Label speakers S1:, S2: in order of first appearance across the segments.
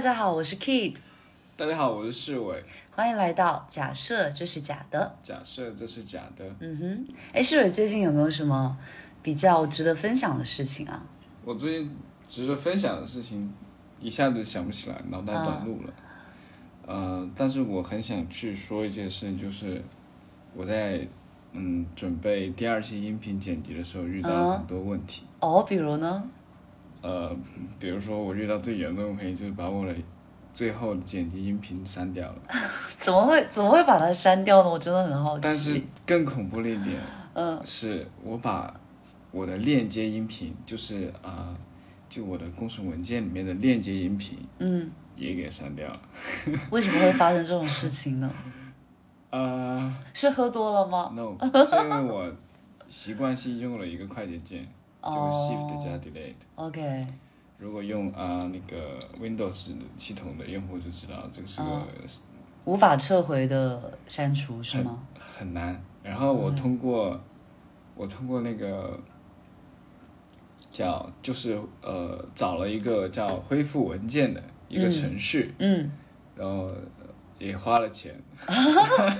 S1: 家好，我是 Kid，
S2: 大家好，我是世伟。
S1: 欢迎来到假设这是假的。
S2: 假设这是假的，
S1: 嗯哼，哎，世伟最近有没有什么比较值得分享的事情啊？
S2: 我最近值得分享的事情，一下子想不起来，脑袋短路了。呃，但是我很想去说一件事情，就是我在嗯准备第二期音频剪辑的时候遇到了很多问题。
S1: 哦，比如 呢？
S2: 呃，比如说我遇到最严重的问题，就是把我的最后剪辑音频删掉了。
S1: 怎么会怎么会把它删掉呢？我真的很好奇。
S2: 但是更恐怖的一点，
S1: 嗯，
S2: 是我把我的链接音频，就是啊、呃就我的公司文件里面的链接音频
S1: 嗯，
S2: 也给删掉了。
S1: 为什么会发生这种事情呢？
S2: 啊、
S1: 是喝多了吗？
S2: n o 是因为我习惯性用了一个快捷键， 就
S1: 哦
S2: Shift 加 Delete。
S1: OK，
S2: 如果用啊、那个 Windows 系统的用户就知道，这是
S1: 哦
S2: 个
S1: 无法撤回的删除是吗？嗯
S2: 很难。然后我通过、我通过那个叫就是呃找了一个叫恢复文件的一个程序，
S1: 嗯，
S2: 然后呃也花了钱。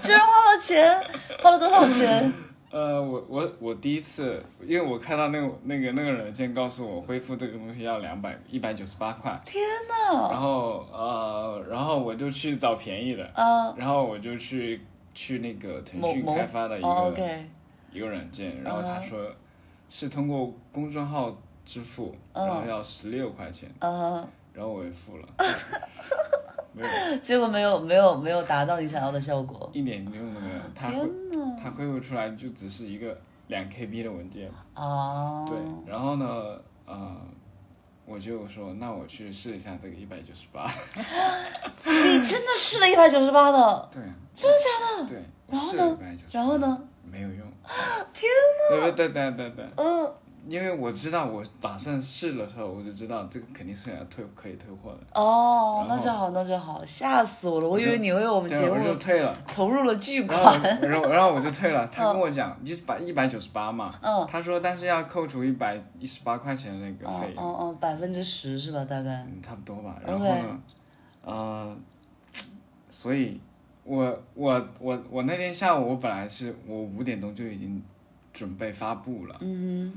S1: 居然花了钱，花了多少钱？
S2: 呃，我我我第一次，因为我看到那个那个那个软件告诉我恢复这个东西要两百一百九十八块，
S1: 天哪！
S2: 然后呃，然后我就去找便宜的，
S1: 啊，
S2: 然后我就去去那个腾
S1: 某
S2: 讯
S1: 某
S2: 开发的一个、
S1: 哦，OK，
S2: 一个软件，
S1: 嗯
S2: 然后他说是通过公众号支付，
S1: 嗯
S2: 然后要十六块钱，
S1: 啊，
S2: 然后我也付了，没有
S1: 结果没有没有没有达到你想要的效果。
S2: 一点用都没有，他
S1: 天
S2: 恢
S1: 哪！
S2: 他恢复出来就只是一个两 KB 的文件，
S1: 啊，
S2: 对，然后呢，呃，我就说那我去试一下这个一百九十八，
S1: 你真的试了一百九十八的，
S2: 对，
S1: 真的假的？
S2: 对，我
S1: 哦然后
S2: 试
S1: 呢
S2: 了一百九十，
S1: 然后呢？
S2: 没有用，
S1: 天
S2: 对对对对对。
S1: 嗯，
S2: 因为我知道我打算试的时候，我就知道这个肯定是要退可以退货的，
S1: 哦，
S2: 然后
S1: 那就好，那就好，吓死我了！我以为你为我们
S2: 对
S1: 节
S2: 我就
S1: 目
S2: 退了。
S1: 投入了巨
S2: 然后
S1: 款。
S2: 我，然后然后我就退了。他跟我讲一百一百九十八嘛，
S1: 嗯
S2: 他说但是要扣除一百一十八块钱的那个
S1: 哦
S2: 费用，
S1: 哦哦，百分之十是吧？大概。
S2: 嗯，差不多吧。
S1: OK
S2: 然后呢，呃，所以我我我我那天下午我本来是我五点钟就已经准备发布了，
S1: 嗯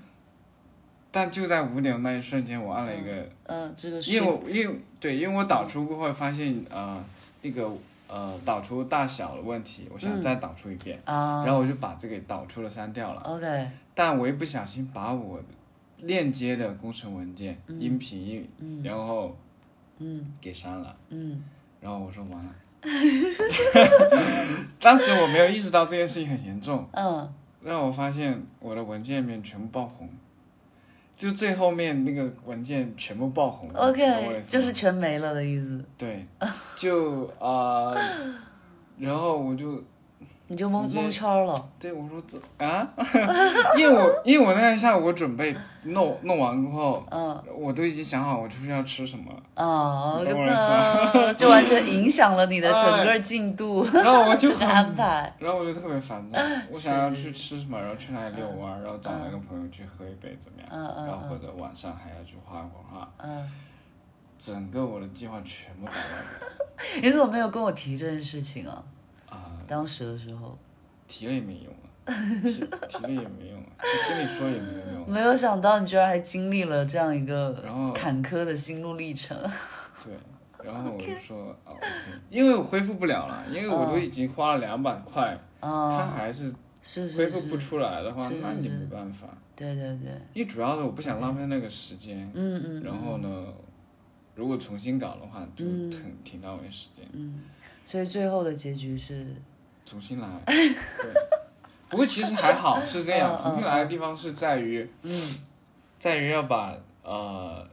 S2: 但就在五点钟那一瞬间，我按了一个，
S1: 哼嗯，这个嗯
S2: 因为
S1: 是
S2: 我因为对，因为我导出过后发现呃那个呃导出大小的问题，我
S1: 嗯
S2: 想再导出一遍，
S1: 啊
S2: 然后我就把这个导出的删掉了。
S1: ，OK，
S2: 但我一不小心把我链接的工程文件、音频音，然后
S1: 嗯
S2: 给删了，
S1: 嗯，
S2: 然后我说完了。 当时我没有意识到这件事情很严重，
S1: 嗯，
S2: 让我发现我的文件里面全部爆红，就最后面那个文件全部爆红。你懂我
S1: 嗯
S2: 的
S1: OK，
S2: 意思吗
S1: 就是全没了的意思，
S2: 对，就啊、呃然后我就
S1: 你就蒙
S2: 直接
S1: 蒙圈了。
S2: 对，我说这啊， 因为我因为我那天下午我准备弄弄完过后，
S1: 嗯
S2: 我都已经想好我出去要吃什么了，
S1: 啊，
S2: 你懂我的
S1: 那 就完全影响了你的整个进 度，
S2: 然后哎 我就
S1: 就是
S2: 很，
S1: 安排。
S2: 然后我就特别烦躁，我想要
S1: 哎是
S2: 去吃什么，然后去哪里遛弯，然后找哪个朋友去喝一杯怎么样，
S1: 嗯嗯
S2: 然后或
S1: 嗯
S2: 者晚上还要去画一会儿画，
S1: 嗯，
S2: 整个我的计划全部打乱
S1: 你怎么没有跟我提这件事情啊？
S2: 了啊，
S1: 当时的时候，
S2: 提了也没用啊， 提提了也没用啊，就跟你说也没有用啊，
S1: 没有想到你居然还经历了这样一
S2: 然
S1: 个
S2: 后
S1: 坎坷的心路历程。
S2: 对，然后我就说啊，OK，因为我恢复不了了，因为我
S1: 嗯
S2: 都已经花了两百块，它
S1: 啊，
S2: 还哎是
S1: 是
S2: 恢
S1: 是
S2: 复不
S1: 是，
S2: 出来的话
S1: 是，是
S2: 那你
S1: 是
S2: 没办法。
S1: 对对对，
S2: 因为主要是我不想浪费那个时间，
S1: 嗯嗯。
S2: 然后呢，如果重新搞的话，就
S1: 嗯
S2: 挺挺浪费时间，
S1: 所以最后的结局是，
S2: 重新来。对，不过其实还好，是这
S1: 嗯
S2: 样，
S1: 嗯
S2: 重新来的地方是在于，
S1: 嗯
S2: 在于要把呃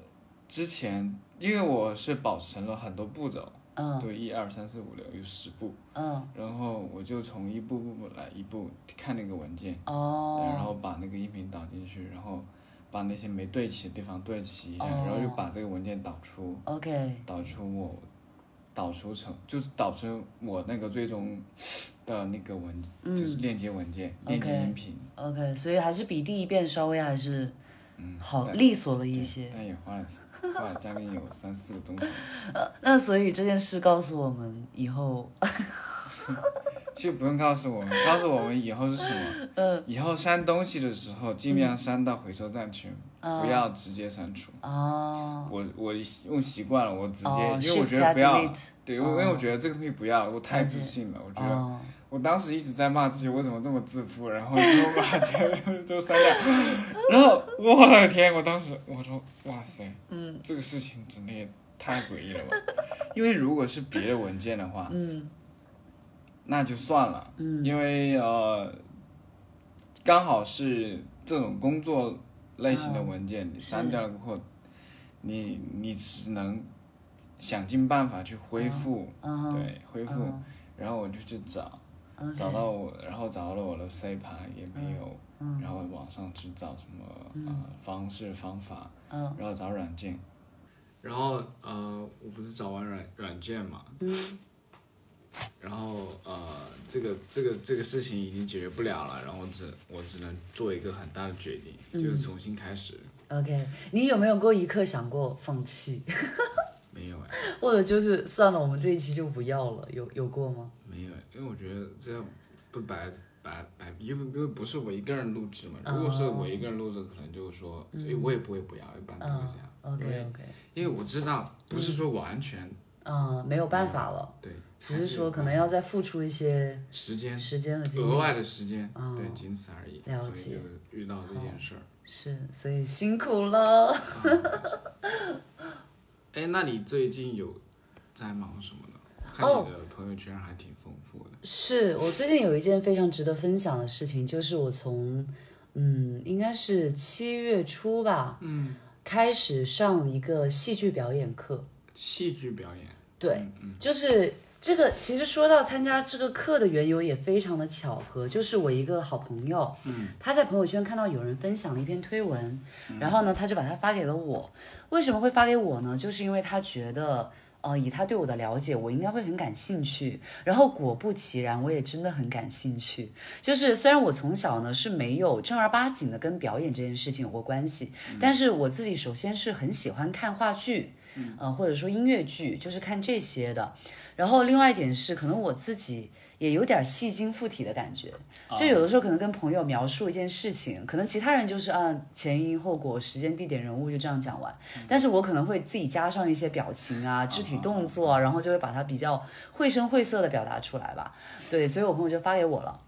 S2: 之前，因为我是保存了很多步骤，
S1: 嗯
S2: 对，一二三四五六有十步，
S1: 嗯，
S2: 然后我就从一步步来，一步看那个文件。然
S1: 哦
S2: 后把那个音频导进去，然后把那些没对齐的地方对齐一下，
S1: 哦
S2: 然后又把这个文件导出，
S1: ，OK，
S2: 导出我，导出成就是导出我那个最终的那个文，就是链接文件、链接
S1: 嗯 OK
S2: 音频，
S1: OK，所以还是比第一遍稍微还是
S2: 嗯，
S1: 好
S2: 但
S1: 利索了一些。
S2: 但也花了花了将近有三四个钟头。
S1: 呃那所以这件事告诉我们，以后
S2: 其实不用告诉我们，告诉我们以后是什么。
S1: 嗯
S2: 以后删东西的时候，尽量删到回收站去，
S1: 嗯
S2: 不要直接删除。
S1: 啊，
S2: 我我用习惯了，我直接，
S1: 哦
S2: 因为我
S1: shift
S2: 觉得
S1: 加
S2: 不要，
S1: delete，哦
S2: 对，因为因为我觉得这个东西不要了，我太
S1: 了
S2: 自
S1: 解
S2: 信了，我觉得。
S1: 哦，
S2: 我当时一直在骂自己，我怎么这么自负，然后就把这就删掉，然后我的天，我当时我说哇塞，嗯，这个事情真的也太诡异了吧？因为如果是别的文件的话，嗯，那就算了，嗯，因为呃，刚好是这种工作类型的文件，你删掉了过后，你你只能想尽办法去恢复，
S1: 嗯
S2: 对，恢复，
S1: 嗯
S2: 然后我就去找。
S1: ，OK，
S2: 找到我，然后找到我的 C 盘也没有，
S1: 嗯
S2: 然后网上去找什么、呃方式方法，
S1: 嗯
S2: 然后找软件，然后呃，我不是找完软软件嘛，
S1: 嗯
S2: 然后呃，这个这个这个事情已经解决不了了，然后只我只能做一个很大的决定，
S1: 嗯
S2: 就是重新开始。
S1: ，OK，你有没有过一刻想过放弃，
S2: 没有哎，
S1: 或者就是算了，我们这一期就不要了？有有过吗？
S2: 没有哎，因为我觉得这样不白白白，因为因为不是我一个人录制嘛，
S1: 啊
S2: 如果是我一个人录制，可能就是说，哎，我也不会不要，一般都会这样。
S1: 嗯，OK
S2: 因为
S1: 嗯啊 OK，
S2: 因为我知道不是说完全、
S1: 嗯，没有办法了，
S2: 对，
S1: 只是说可能要再付出一些
S2: 时间呃
S1: 时间和精
S2: 额
S1: 力。
S2: 外的时间，
S1: 嗯
S2: 对，仅此而已。
S1: 了解
S2: 所以就遇到这件事儿。
S1: 是，所以辛苦了。
S2: 哎，那你最近有在忙什么呢？看
S1: 哦
S2: 你的朋友圈还挺丰富的。
S1: 是我最近有一件非常值得分享的事情，就是我从嗯，应该是七月初吧，嗯，开始上一个戏剧表演课。
S2: 戏剧表演，
S1: 对，就是这个。其实说到参加这个课的缘由也非常的巧合，就是我一个好朋友，嗯，他在朋友圈看到有人分享了一篇推文，然后呢，他就把它发给了我。为什么会发给我呢？就是因为他觉得。呃，以他对我的了解，我应该会很感兴趣。然后果不其然，我也真的很感兴趣。就是虽然我从小呢是没有正儿八经的跟表演这件事情有过关系，但是我自己首先是很喜欢看话剧，呃，或者说音乐剧，就是看这些的。然后另外一点是，可能我自己也有点戏精附体的感觉，就有的时候可能跟朋友描述一件事情，可能其他人就是啊前因后果、时间、地点、人物就这样讲完，但是我可能会自己加上一些表情嗯啊、肢体动作啊，然后就会把它比较绘声绘色的表达出来吧。对，所以我朋友就发给我了。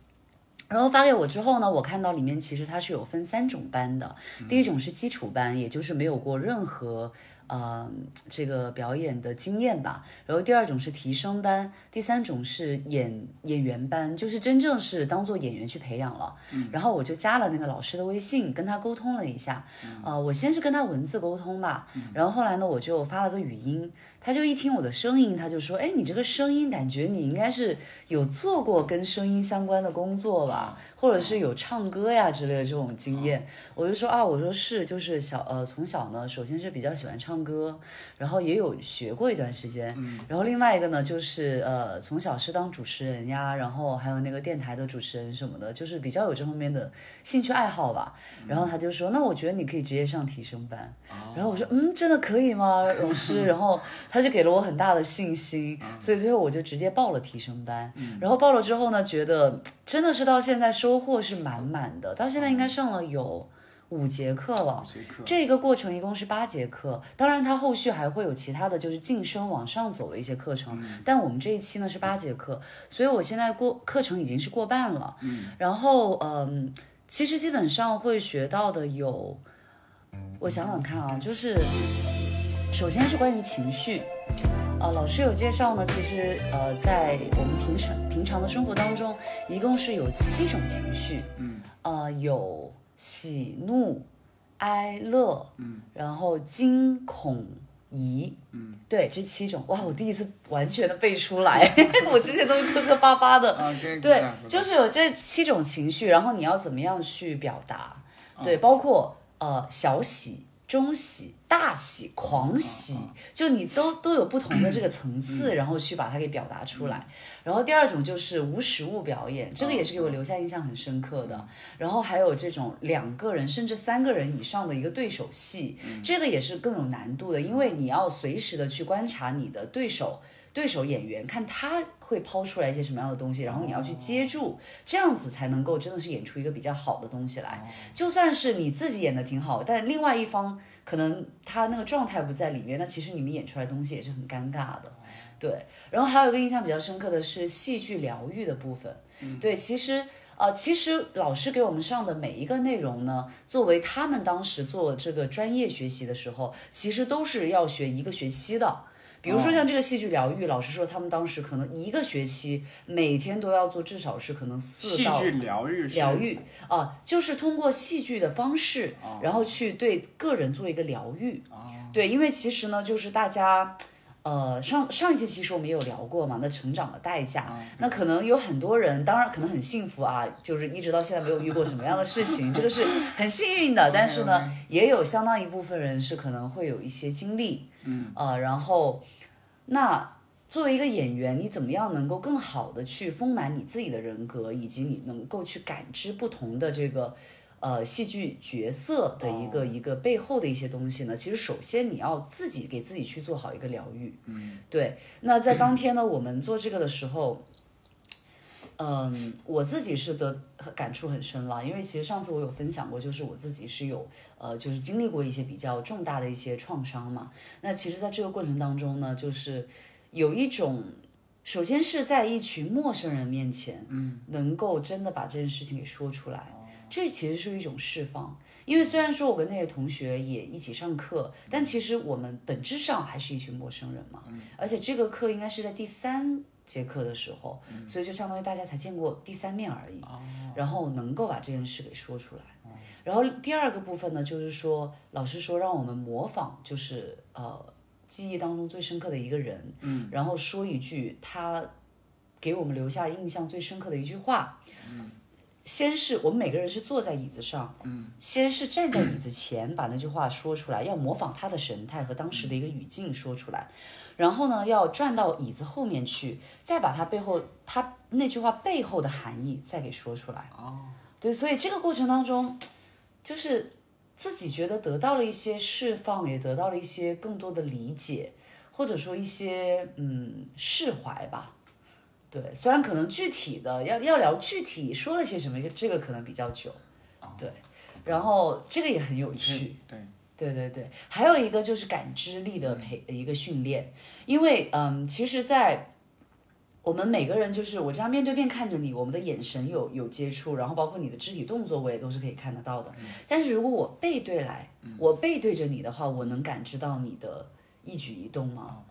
S1: 然后发给我之后呢，我看到里面其实它是有分三种班的，第一种是基础班，也就是没有过任何呃这个表演的经验吧。然后第二种是提升班，第三种是演演员班，就是真正是当做演员去培养了。然后我就加了那个老师的微信，跟他沟通了一下。呃，我先是跟他文字沟通吧，然后后来呢，我就发了个语音。他就一听我的声音，他就说：“哎，你这个声音感觉你应该是有做过跟声音相关的工作吧，或者是有唱歌呀之类的这种经验。”我就说：“啊，我说是，就是小呃，从小呢，首先是比较喜欢唱歌，然后也有学过一段时间，然后另外一个呢，就是呃，从小是当主持人呀，然后还有那个电台的主持人什么的，就是比较有这方面的兴趣爱好吧。然后他就说，那我觉得你可以直接上提升班。然后我说，嗯，真的可以吗，老师？然后他就给了我很大的信心，所以最后我就直接报了提升班。然后报了之后呢，觉得真的是到现在收获是满满的，到现在应该上了有五节课了。
S2: 谁课
S1: 这个过程一共是八节课，当然它后续还会有其他的就是晋升往上走的一些课程，但我们这一期呢是八节课，所以我现在过课程已经是过半了。嗯，然后嗯，其实基本上会学到的有，我想想看啊，就是呃首先是关于情绪。呃，老师有介绍呢，其实呃，在我们平常平常的生活当中，一共是有七种情绪，嗯，呃，有喜怒哀乐，嗯，然后惊恐疑，嗯，对，这七种，哇，我第一次完全的背出来， 我之前都是磕磕巴巴的，
S2: 啊，跟
S1: 对，就是有这七种情绪，然后你要怎么样去表达？对，包括呃小喜、中喜、大喜、狂喜，就你都都有不同的这个层次，然后去把它给表达出来。然后第二种就是无实物表演，这个也是给我留下印象很深刻的。然后还有这种两个人甚至三个人以上的一个对手戏，这个也是更有难度的，因为你要随时的去观察你的对手。对手演员看他会抛出来一些什么样的东西，然后你要去接住，这样子才能够真的是演出一个比较好的东西来。就算是你自己演的挺好，但另外一方可能他那个状态不在里面，那其实你们演出来的东西也是很尴尬的。对，然后还有一个印象比较深刻的是戏剧疗愈的部分。
S3: 嗯
S1: 对，其实呃，其实老师给我们上的每一个内容呢，作为他们当时做这个专业学习的时候，其实都是要学一个学期的。比如说
S3: 哦
S1: 像这个戏剧疗愈，老师说他们当时可能一个学期每天都要做至少是可能四
S3: 戏
S1: 到
S3: 剧疗愈是
S1: 疗愈啊，就是通过戏剧的方式，
S3: 哦
S1: 然后去对个人做一个疗愈。对，因为其实呢，就是大家。呃，上上一期其实我们也有聊过嘛，那成长的代价，那可能有很多人，当然可能很幸福啊，就是一直到现在没有遇过什么样的事情，这个是很幸运的。但是呢，也有相当一部分人是可能会有一些经历，嗯，呃，然后那作为一个演员，你怎么样能够更好的去丰满你自己的人格，以及你能够去感知不同的这个呃戏剧角色的一个、一个背后的一些东西呢？其实首先你要自己给自己去做好一个疗愈，嗯，对。那在当天呢，我们做这个的时候。嗯，我自己是得感触很深了，因为其实上次我有分享过，就是我自己是有呃，就是经历过一些比较重大的一些创伤嘛。那其实，在这个过程当中呢，就是有一种，首先是在一群陌生人面前，嗯，能够真的把这件事情给说出来，这其实是一种释放。因为虽然说我跟那些同学也一起上课，但其实我们本质上还是一群陌生人嘛。而且这个课应该是在第三节课的时候，所以就相当于大家才见过第三面而已。然后能够把这件事给说出来。然后第二个部分呢，就是说老师说让我们模仿，就是呃记忆当中最深刻的一个人，嗯，然后说一句他给我们留下印象最深刻的一句话，嗯，先是我们每个人是坐在椅子上，嗯，先是站在椅子前把那句话说出来，要模仿他的神态和当时的一个语境说出来，然后呢要转到椅子后面去，再把他背后他那句话背后的含义再给说出来，哦，对，所以这个过程当中，就是自己觉得得到了一些释放，也得到了一些更多的理解，或者说一些嗯释怀吧。对，虽然可能具体的要要聊具体说了些什么，这个可能比较久。对，然后这个也很有趣。
S3: 对，
S1: 对对对，还有一个就是感知力的培一个训练，因为嗯，其实，在我们每个人就是我这样面对面看着你，我们的眼神有有接触，然后包括你的肢体动作，我也都是可以看得到的。但是如果我背对来，我背对着你的话，我能感知到你的一举一动吗？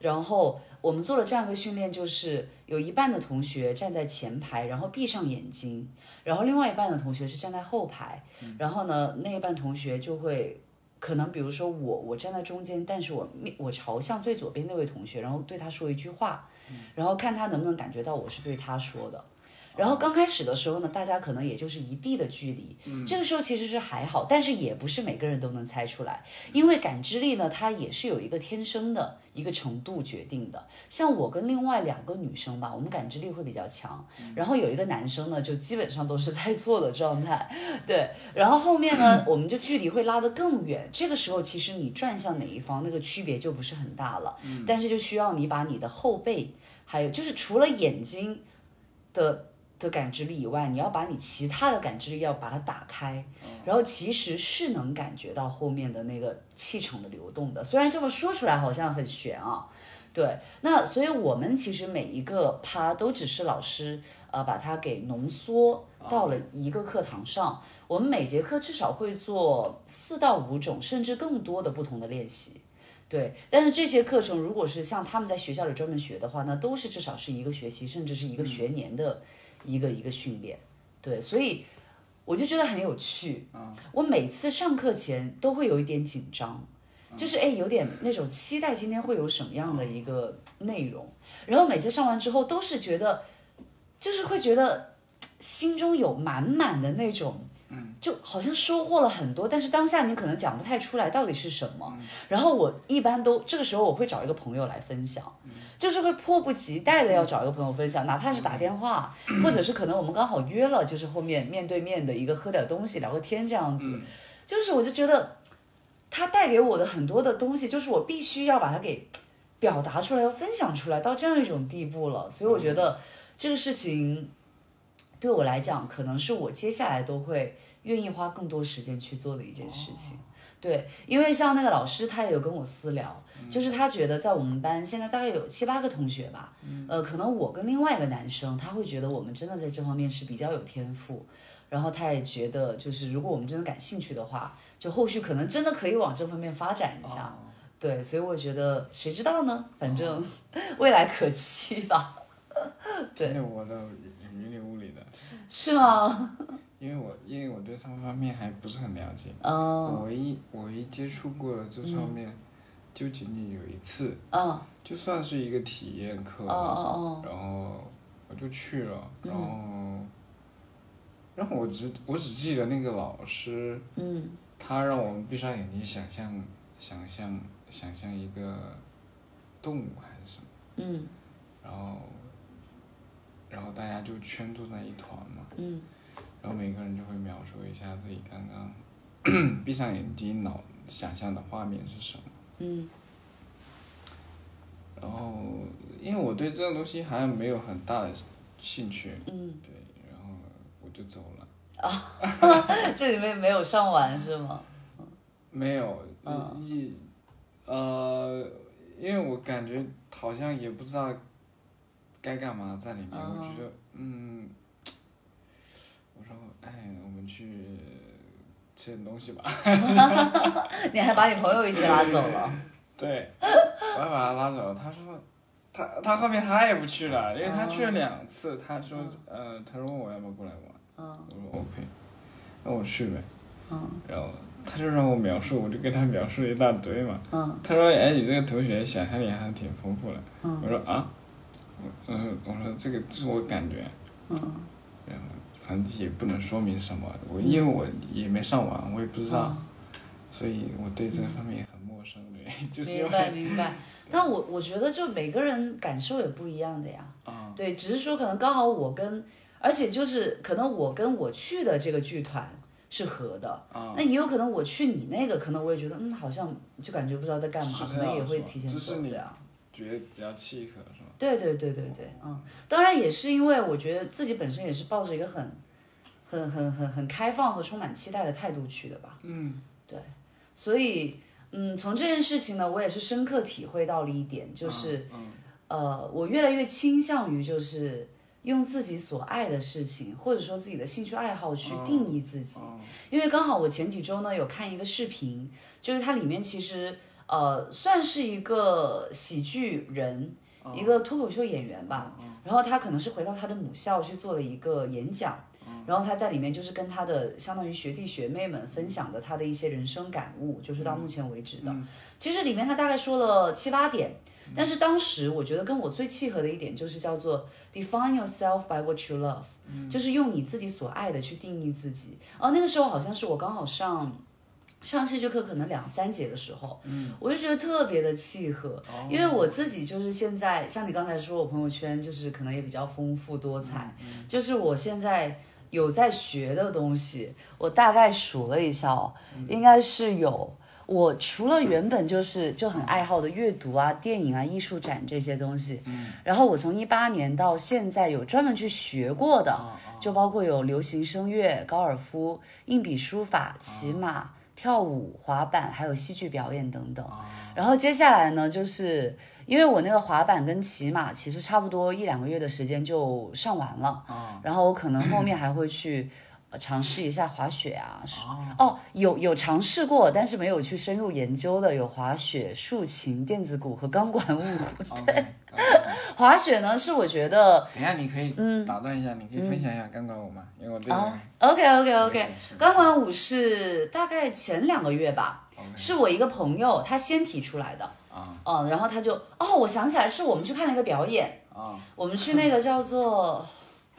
S1: 然后我们做了这样一个训练，就是有一半的同学站在前排，然后闭上眼睛，然后另外一半的同学是站在后排，然后呢，那一半同学就会。可能比如说我，我站在中间，但是我面我朝向最左边那位同学，然后对他说一句话，然后看他能不能感觉到我是对他说的。然后刚开始的时候呢，大家可能也就是一臂的距离，这个时候其实是还好，但是也不是每个人都能猜出来，因为感知力呢，它也是有一个天生的一个程度决定的。像我跟另外两个女生吧，我们感知力会比较强，然后有一个男生呢，就基本上都是在做的状态， 对。然后后面呢，我们就距离会拉得更远，这个时候其实你转向哪一方，那个区别就不是很大了，但是就需要你把你的后背，还有就是除了眼睛的的感知力以外，你要把你其他的感知力要把它打开，然后其实是能感觉到后面的那个气场的流动的。虽然这么说出来好像很悬啊，对。那所以我们其实每一个趴都只是老师呃把它给浓缩到了一个课堂上。我们每节课至少会做四到五种甚至更多的不同的练习。对，但是这些课程如果是像他们在学校里专门学的话，那都是至少是一个学期，甚至是一个学年的一个一个训练。对，所以我就觉得很有趣。我每次上课前都会有一点紧张，就是哎，有点那种期待今天会有什么样的一个内容。然后每次上完之后，都是觉得，就是会觉得嘖心中有满满的那种就好像收获了很多，但是当下你可能讲不太出来到底是什么。然后我一般都这个时候我会找一个朋友来分享，就是会迫不及待的要找一个朋友分享，哪怕是打电话，或者是可能我们刚好约了，就是后面面对面的一个喝点东西聊个天这样子。就是我就觉得，它带给我的很多的东西，就是我必须要把它给表达出来，要分享出来到这样一种地步了。所以我觉得这个事情对我来讲，可能是我接下来都会。愿意花更多时间去做的一件事情。对，因为像那个老师，他也有跟我私聊，就是他觉得在我们班现在大概有七八个同学吧，呃，可能我跟另外一个男生，他会觉得我们真的在这方面是比较有天赋，然后他也觉得就是如果我们真的感兴趣的话，就后续可能真的可以往这方面发展一下。对，所以我觉得谁知道呢？反正未来可期吧，
S2: 对，的我的云里雾里的，
S1: 是吗？
S2: 因为我因为我对这方面还不是很了解，
S1: 嗯
S2: 我唯一我唯一接触过的这方面，就仅仅有一次，
S1: 嗯
S2: 就算是一个体验课
S1: 哦
S2: 啊吧，
S1: 哦
S2: 然后我就去了，然后，然后我只我只记得那个老师，
S1: 哦，嗯
S2: 他让我们闭上眼睛想象想象想象一个动物还是什么，
S1: 嗯
S2: 然后，然后大家就圈坐在一团嘛，
S1: 嗯
S2: 然后每个人就会描述一下自己刚刚 闭上眼睛脑想象的画面是什么。
S1: 嗯
S2: 然后，因为我对这种东西还没有很大的兴趣，
S1: 嗯。
S2: 对，然后我就走了。
S1: 这里面没有上完是吗？
S2: 没有，
S1: 嗯
S2: 一、呃，因为我感觉好像也不知道该干嘛在里面，
S1: 嗯
S2: 我觉得嗯，我说哎，我们去吃点东西吧。
S1: 你还把你朋友一起拉走 了？
S2: 对，我要把他拉走。他说，他他后面他也不去了，因为他去了两次。他说，呃，他说问我要不要过来玩，
S1: 哦嗯
S2: 我说 OK，那我去呗。
S1: 嗯
S2: 然后他就让我描述，我就跟他描述了一大堆嘛。
S1: 嗯
S2: 他说，哎，你这个同学想象力还挺丰富的。我
S1: 嗯
S2: 说啊，我嗯、我说这个这是我感觉，
S1: 嗯，
S2: 然后反正也不能说明什么，我因为我也没上网，我也不知道，
S1: 嗯
S2: 所以我对这方面也很陌生 的，就是因
S1: 明
S2: 为
S1: 白明 白。但我我觉得就每个人感受也不一样的呀。
S2: 啊，
S1: 对，只是说可能刚好我跟，而且就是可能我跟我去的这个剧团是合的，
S2: 啊
S1: 那也有可能我去你那个，可能我也觉得嗯，好像就感觉不知道在干
S2: 是
S1: 嘛，可
S2: 这
S1: 能
S2: 样
S1: 也
S2: 是
S1: 会
S2: 吧
S1: 提前
S2: 就是
S1: 走
S2: 你
S1: 对啊。
S2: 觉得比较契 合是吧？
S1: 对对对对对，嗯，当然也是因为我觉得自己本身也是抱着一个很、很、很、很、很开放和充满期待的态度去的吧。
S2: 嗯，
S1: 对，所以，嗯，从这件事情呢，我也是深刻体会到了一点，就是，
S2: 嗯
S1: 呃，我越来越倾向于就是用自己所爱的事情，或者说自己的兴趣爱好去
S2: 嗯
S1: 定义自己。因为刚好我前几周呢有看一个视频，就是它里面其实呃算是一个喜剧人，一个脱口秀演员吧。然后他可能是回到他的母校去做了一个演讲，然后他在里面就是跟他的相当于学弟学妹们分享的他的一些人生感悟，就是到目前为止的。其实里面他大概说了七八点。但是当时我觉得跟我最契合的一点就是叫做 define yourself by what you love，、就是用你自己所爱的去定义自己。哦，那个时候好像是我刚好上上戏剧课，可能两三节的时候，嗯，我就觉得特别的契合，因为我自己就是现在，像你刚才说，我朋友圈就是可能也比较丰富多彩，就是我现在。有在学的东西，我大概数了一下哦，应该是有。我除了原本就是就很爱好的阅读啊、电影啊、艺术展这些东西，然后我从一八年到现在有专门去学过的，就包括有流行声乐、高尔夫、硬笔书法、骑马、跳舞、滑板，还有戏剧表演等等。然后接下来呢，就是因为我那个滑板跟骑马其实差不多一两个月的时间就上完了，然后我可能后面还会去。呃尝试一下滑雪啊，哦，有有尝试过，但是没有去深入研究的，有滑雪、竖琴、电子鼓和钢管舞。
S2: ，OK，
S1: 滑雪呢，是我觉得
S2: 等一下你可以
S1: 嗯
S2: 打断一下，你可以分享一下钢管舞吗？因为我对这个
S1: 啊，OK OK
S2: 对
S1: OK，钢管舞是大概前两个月吧
S2: OK
S1: 是我一个朋友他先提出来的
S2: 啊，
S1: 嗯，然后他就哦，我想起来是我们去看了一个表演，
S2: 啊
S1: 我们去那个叫做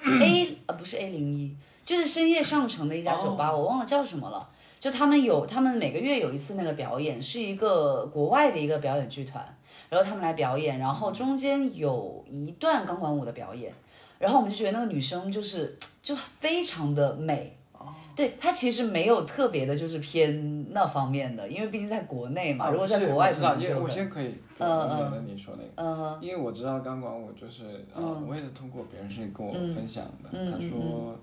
S1: A 呃不是 A 零一，就是深夜上城的一家酒吧，
S2: 哦
S1: 我忘了叫什么了。就他们有，他们每个月有一次那个表演，是一个国外的一个表演剧团，然后他们来表演，然后中间有一段钢管舞的表演，然后我们就觉得那个女生就是就非常的美，
S2: 哦
S1: 对她其实没有特别的就是偏那方面的，因为毕竟在国内嘛，
S2: 啊
S1: 如
S2: 我
S1: 果在
S2: 是
S1: 国
S2: 我
S1: 外
S2: 知
S1: 可
S2: 道，
S1: 能
S2: 因为
S1: 就
S2: 我
S1: 会
S2: 先可以
S1: 嗯嗯
S2: 聊聊你说那个，
S1: 嗯哼
S2: 因为我知道钢管舞就是，呃
S1: 嗯
S2: 我也是通过别人是跟我
S1: 嗯
S2: 分享的，
S1: 嗯
S2: 他
S1: 嗯
S2: 说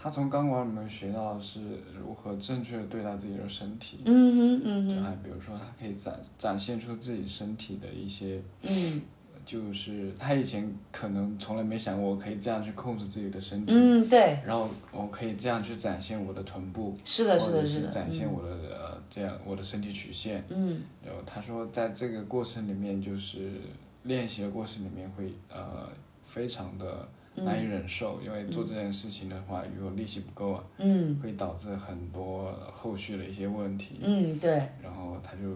S2: 他从钢管里面学到的是如何正确的对待自己的身体，
S1: 嗯哼嗯
S2: 就
S1: 哼
S2: 还比如说他可以展展现出自己身体的一些，
S1: 嗯
S2: 就是他以前可能从来没想过我可以这样去控制自己的身体，
S1: 嗯，对，
S2: 然后我可以这样去展现我的臀部，
S1: 是的，
S2: 或
S1: 是
S2: 者
S1: 的，嗯
S2: 是
S1: 的，
S2: 展现我的、呃这样我的身体曲线。
S1: 嗯
S2: 然后他说，在这个过程里面，就是练习的过程里面会呃非常的
S1: 嗯
S2: 难以忍受，因为做这件事情的话，如果力气不够啊，
S1: 嗯
S2: 会导致很多后续的一些问题。
S1: 嗯，对，
S2: 然后他就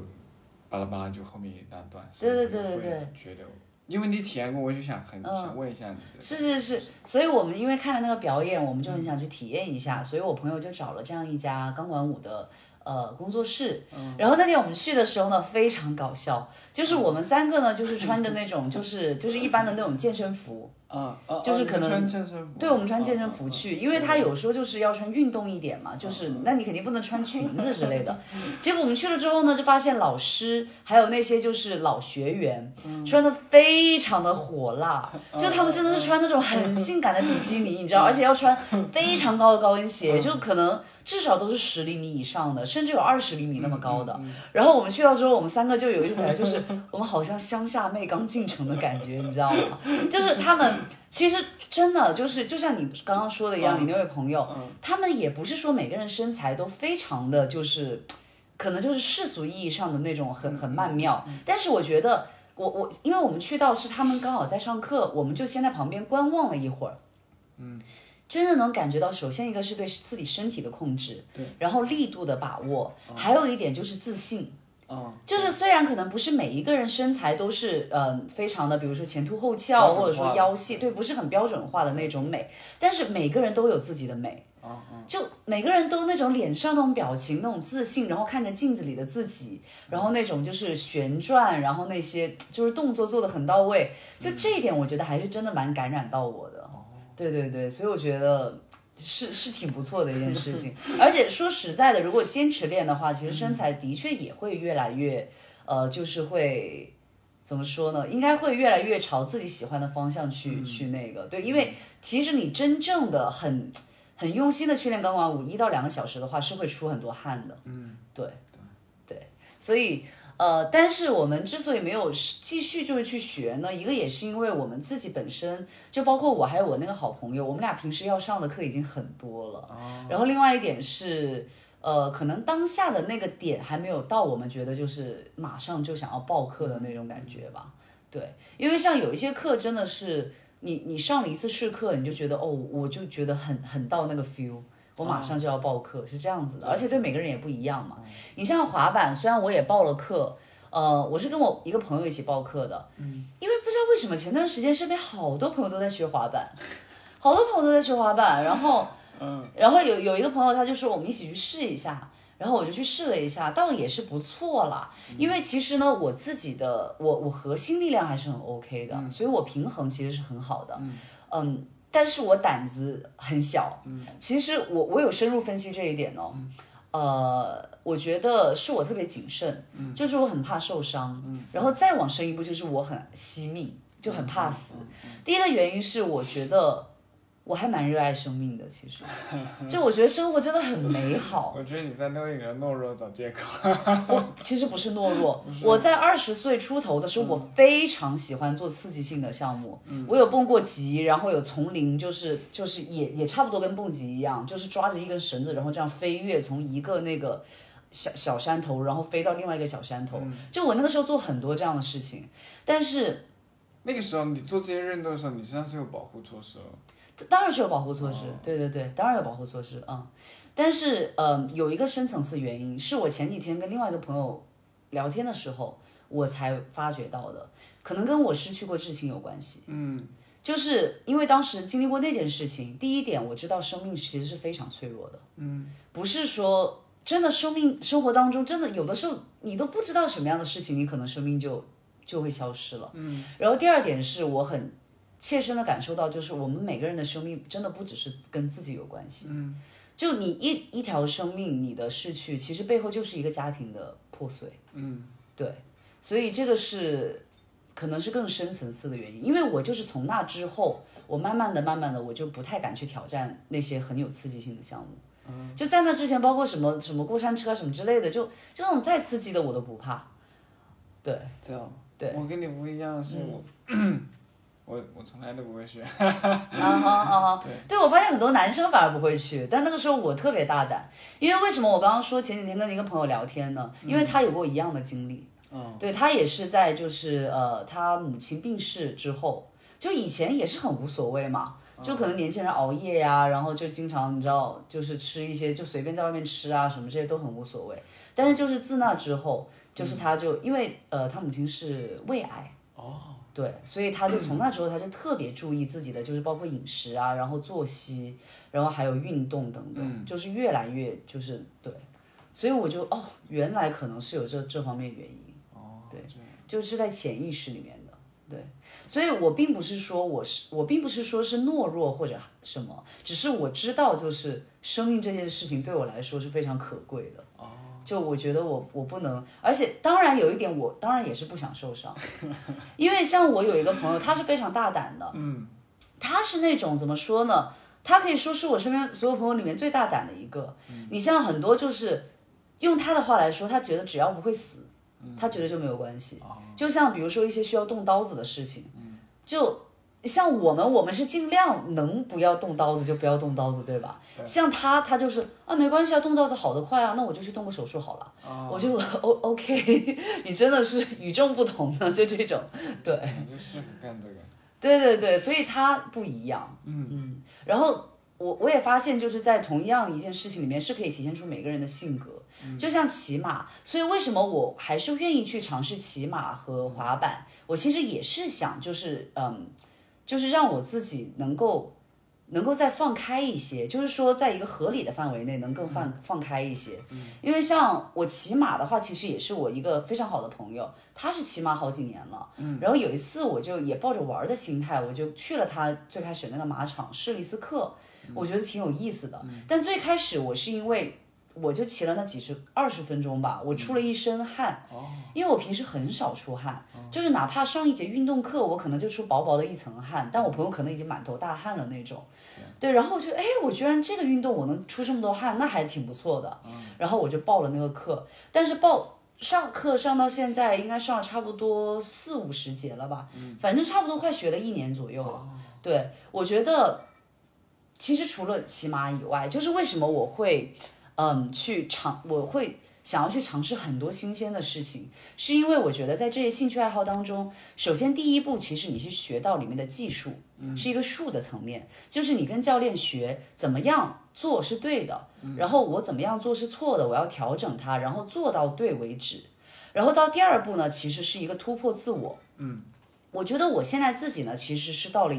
S2: 巴拉巴拉就后面一大段，
S1: 对对
S2: 所以我
S1: 对对
S2: 会觉得，因为你体验过，我就想很、
S1: 嗯
S2: 想问一下你的，
S1: 是是是，所以我们因为看了那个表演，我们就很想去体验一下，所以我朋友就找了这样一家钢管舞的呃工作室。然后那天我们去的时候呢，非常搞笑，就是我们三个呢，就是穿着那种就是就是一般的那种健身服，
S2: 啊啊，
S1: 就是
S2: 啊
S1: 可
S2: 你们
S1: 能
S2: 穿健身服，
S1: 对，我们穿
S2: 啊
S1: 健身
S2: 啊
S1: 服
S2: 啊
S1: 去，因为他有说就是要穿运动一点嘛，就是那你肯定不能穿 裙子之类的。
S2: 嗯
S1: 结果我们去了之后呢，就发现老师还有那些就是老学员
S2: 嗯
S1: 穿的非常的火辣，就他们真的是穿那种
S2: 嗯
S1: 很性感的比基尼，你知道，而且要穿非常高的高跟
S2: 嗯
S1: 鞋，就可能至少都是十厘米以上的，甚至有二十厘米
S2: 嗯
S1: 那么高的。然后我们去到之后，我们三个就有一种感觉，就是我们好像乡下妹刚进城的感觉，你知道吗？就是他们其实真的就是就像你刚刚说的一样，你那位朋友，他们也不是说每个人身材都非常的就是，可能就是世俗意义上的那种很很曼妙，但是我觉得。我我，因为我们去到是他们刚好在上课，我们就先在旁边观望了一会儿。真的能感觉到，首先一个是对自己身体的控制，对，然后力度的把握，还有一点就是自信。
S2: 啊，
S1: 就是虽然可能不是每一个人身材都是呃非常的，比如说前凸后
S2: 标
S1: 翘
S2: 准化
S1: 或者说腰细，对，不是很标准化的那种美，但是每个人都有自己的美。
S2: 嗯
S1: 就每个人都那种脸上那种表情，那种自信，然后看着镜子里的自己，然后那种就是旋转，然后那些就是动作做的很到位，就这一点我觉得还是真的蛮感染到我的。
S2: 哦
S1: 对对对，所以我觉得是是挺不错的一件事情。而且说实在的，如果坚持练的话，其实
S2: 嗯
S1: 身材的确也会越来越，呃，就是会怎么说呢？应该会越来越朝自己喜欢的方向去、去那个。对，因为其实你真正的很很用心的去练钢管舞，一到两个小时的话，是会出很多汗的。嗯，对对，所以。呃，但是我们之所以没有继续就是去学呢，一个也是因为我们自己本身就包括我还有我那个好朋友，我们俩平时要上的课已经很多了。然后另外一点是，呃，可能当下的那个点还没有到，我们觉得就是马上就想要报课的那种感觉吧。对，因为像有一些课真的是你你上了一次试课，你就觉得哦，我就觉得很很到那个 feel。我马上就要报课，是这样子的，而且对每个人也不一样嘛。你像滑板，虽然我也报了课，呃，我是跟我一个朋友一起报课的，因为不知道为什么前段时间身边好多朋友都在学滑板，好多朋友都在学滑板，然后，嗯，然后有有一个朋友他就说我们一起去试一下，然后我就去试了一下，倒也是不错啦。因为其实呢，我自己的我我核心力量还是很 OK 的，所以我平衡其实是很好的，嗯。但是我胆子很小，嗯，其实我我有深入分析这一点哦，呃，我觉得是我特别谨慎，就是我很怕受伤，然后再往深一步就是我很惜命，就很怕死。第一个原因是我觉得我还蛮热爱生命的，其 实，就我觉得生活真的很美好，
S2: 我觉得你在为你的懦弱找借口。
S1: 我其实不是懦弱，我在二十岁出头的时候，我非常喜欢做刺激性的项目。我有蹦过极，然后有丛林，就是就是也也差不多跟蹦极一样，就是抓着一根绳子，然后这样飞跃从一个那个小小山头，然后飞到另外一个小山头。就我那个时候做很多这样的事情，但是
S2: 那个时候你做这些运动的时候，你身上是有保护措施的。
S1: 当然是有保护措施，对对对，当然有保护措施啊、嗯。但是，嗯，有一个深层次原因，是我前几天跟另外一个朋友聊天的时候，我才发觉到的，可能跟我失去过至亲有关系。嗯，就是因为当时经历过那件事情，第一点我知道生命其实是非常脆弱的，嗯，不是说真的生命生活当中真的有的时候你都不知道什么样的事情，你可能生命就就会消失了，嗯。然后第二点是我很切身的感受到，就是我们每个人的生命真的不只是跟自己有关系，嗯，就你一一条生命你的逝去，其实背后就是一个家庭的破碎，嗯，对，所以这个是可能是更深层次的原因，因为我就是从那之后，我慢慢的、慢慢的，我就不太敢去挑战那些很有刺激性的项目。就在那之前，包括什么什么过山车什么之类的，就就那种再刺激的我都不怕。对，啊
S2: 知道
S1: 对嗯
S2: 我跟你不一样的是我， 我我从来都不会 学。
S1: 啊哈啊哈！对，我发现很多男生反而不会去，但那个时候我特别大胆，因为为什么我刚刚说前几天跟一个朋友聊天呢？因为他有过一样的经历，嗯，对他也是在就是呃他母亲病逝之后，就以前也是很无所谓嘛。就可能年轻人熬夜呀、然后就经常你知道，就是吃一些就随便在外面吃啊，什么这些都很无所谓。但是就是自那之后，就是他就、因为呃他母亲是胃癌，对，所以他就从那之后，他就特别注意自己的，就是包括饮食啊，然后作息，然后还有运动等等，就是越来越就是对，所以我就哦，原来可能是有这这方面原因，
S2: 哦，
S1: 对，就是在潜意识里面的，对，所以我并不是说我是我并不是说是懦弱或者什么，只是我知道就是生命这件事情对我来说是非常可贵的，哦，就我觉得我我不能，而且当然有一点我当然也是不想受伤。 因为像我有一个朋友，他是非常大胆的，嗯，他是那种怎么说呢？他可以说是我身边所有朋友里面最大胆的一个。你像很多就是用他的话来说，他觉得只要不会死，他觉得就没有关系。就像比如说一些需要动刀子的事情，就像我们，我们是尽量能不要动刀子就不要动刀子，对吧？像他，他就是啊，没关系啊，动刀子好得快啊，那我就去动个手术好了。我就 O OK，你真的是与众不同的，就这种。对
S2: 你就适合 干这个。
S1: 对对对，所以他不一样。嗯嗯，然后我我也发现，就是在同样一件事情里面，是可以体现出每个人的性格。就像骑马，所以为什么我还是愿意去尝试骑马和滑板？我其实也是想，就是嗯，就是让我自己能够能够再放开一些，就是说在一个合理的范围内能更放、放开一些。因为像我骑马的话，其实也是我一个非常好的朋友，他是骑马好几年了。嗯，然后有一次我就也抱着玩儿的心态，我就去了他最开始那个马场试了一次课，我觉得挺有意思的。但最开始我是因为我就骑了那几十二十分钟吧，我出了一身汗，因为我平时很少出汗，就是哪怕上一节运动课，我可能就出薄薄的一层汗，但我朋友可能已经满头大汗了那种。对，然后我就哎，我居然这个运动我能出这么多汗，那还挺不错的。然后我就报了那个课，但是报上课上到现在应该上了差不多四五十节了吧，反正差不多快学了一年左右了。对，我觉得其实除了骑马以外，就是为什么我会嗯去尝，我会想要去尝试很多新鲜的事情，是因为我觉得在这些兴趣爱好当中，首先第一步其实你是学到里面的技术，是一个术的层面，就是你跟教练学怎么样做是对的，然后我怎么样做是错的，我要调整它，然后做到对为止。然后到第二步呢，其实是一个突破自我。嗯，我觉得我现在自己呢，其实是到了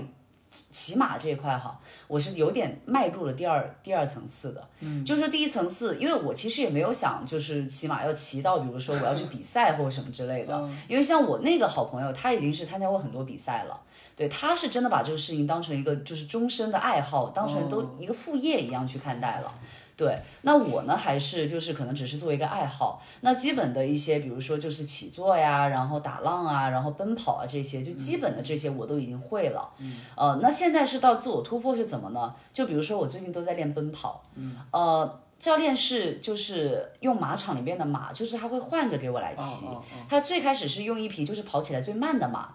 S1: 骑马这一块哈，我是有点迈入了第二第二层次的。嗯，就是第一层次，因为我其实也没有想就是骑马要骑到，比如说我要去比赛或者什么之类的。因为像我那个好朋友，他已经是参加过很多比赛了。对，他是真的把这个事情当成一个就是终身的爱好，当成都一个副业一样去看待了。对，那我呢还是就是可能只是作为一个爱好，那基本的一些，比如说就是起坐呀，然后打浪啊，然后奔跑啊这些，
S2: 嗯
S1: 就基本的这些我都已经会了。嗯，呃，那现在是到自我突破是怎么呢？就比如说我最近都在练奔跑，嗯，呃。教练是就是用马场里面的马，就是他会换着给我来骑。
S2: 哦
S1: 他最开始是用一匹就是跑起来最慢的马，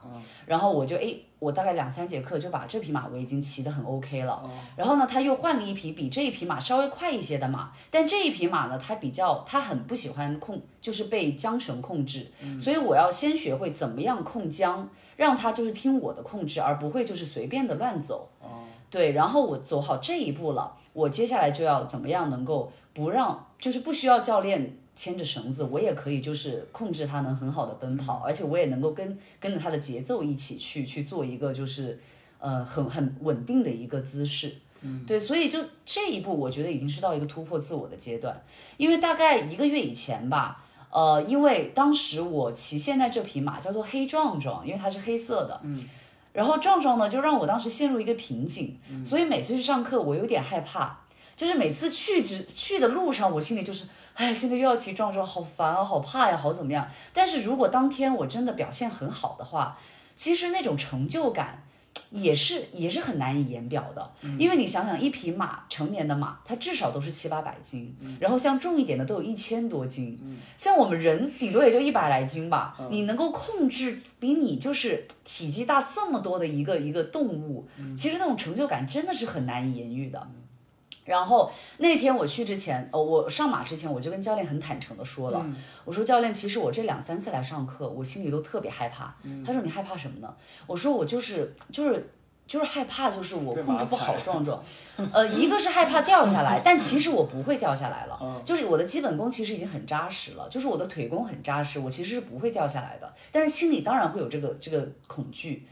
S1: 然后我就诶，我大概两三节课就把这匹马我已经骑得很 OK 了。然后呢，他又换了一匹比这一匹马稍微快一些的马，但这一匹马呢，它比较它很不喜欢控，就是被缰绳控制，所以我要先学会怎么样控缰，让它就是听我的控制，而不会就是随便的乱走。对，然后我走好这一步了，我接下来就要怎么样能够不让，就是不需要教练牵着绳子，我也可以就是控制它能很好的奔跑，而且我也能够跟跟着它的节奏一起去去做一个就是呃很很稳定的一个姿势。嗯，对，所以就这一步，我觉得已经是到一个突破自我的阶段，因为大概一个月以前吧，呃，因为当时我骑现在这匹马叫做黑壮壮，因为它是黑色的，嗯，然后壮壮呢就让我当时陷入一个瓶颈，所以每次去上课我有点害怕，就是每次去只去的路上，我心里就是，哎，今天又要骑壮壮，好烦啊，好怕呀、好怎么样？但是如果当天我真的表现很好的话，其实那种成就感。也是也是很难以言表的，因为你想想，一匹马，成年的马，它至少都是七八百斤，然后像重一点的都有一千多斤，像我们人顶多也就一百来斤吧。你能够控制比你就是体积大这么多的一个一个动物，其实那种成就感真的是很难以言喻的。然后那天我去之前，哦，我上马之前，我就跟教练很坦诚的说了，我说教练，其实我这两三次来上课，我心里都特别害怕。他说你害怕什么呢？我说我就是就是就是害怕，就是我
S2: 被
S1: 控
S2: 马
S1: 制不
S2: 踩
S1: 好壮壮。 呃，一个是害怕掉下来，但其实我不会掉下来了，就是我的基本功其实已经很扎实了，就是我的腿功很扎实，我其实是不会掉下来的。但是心里当然会有这个这个恐惧，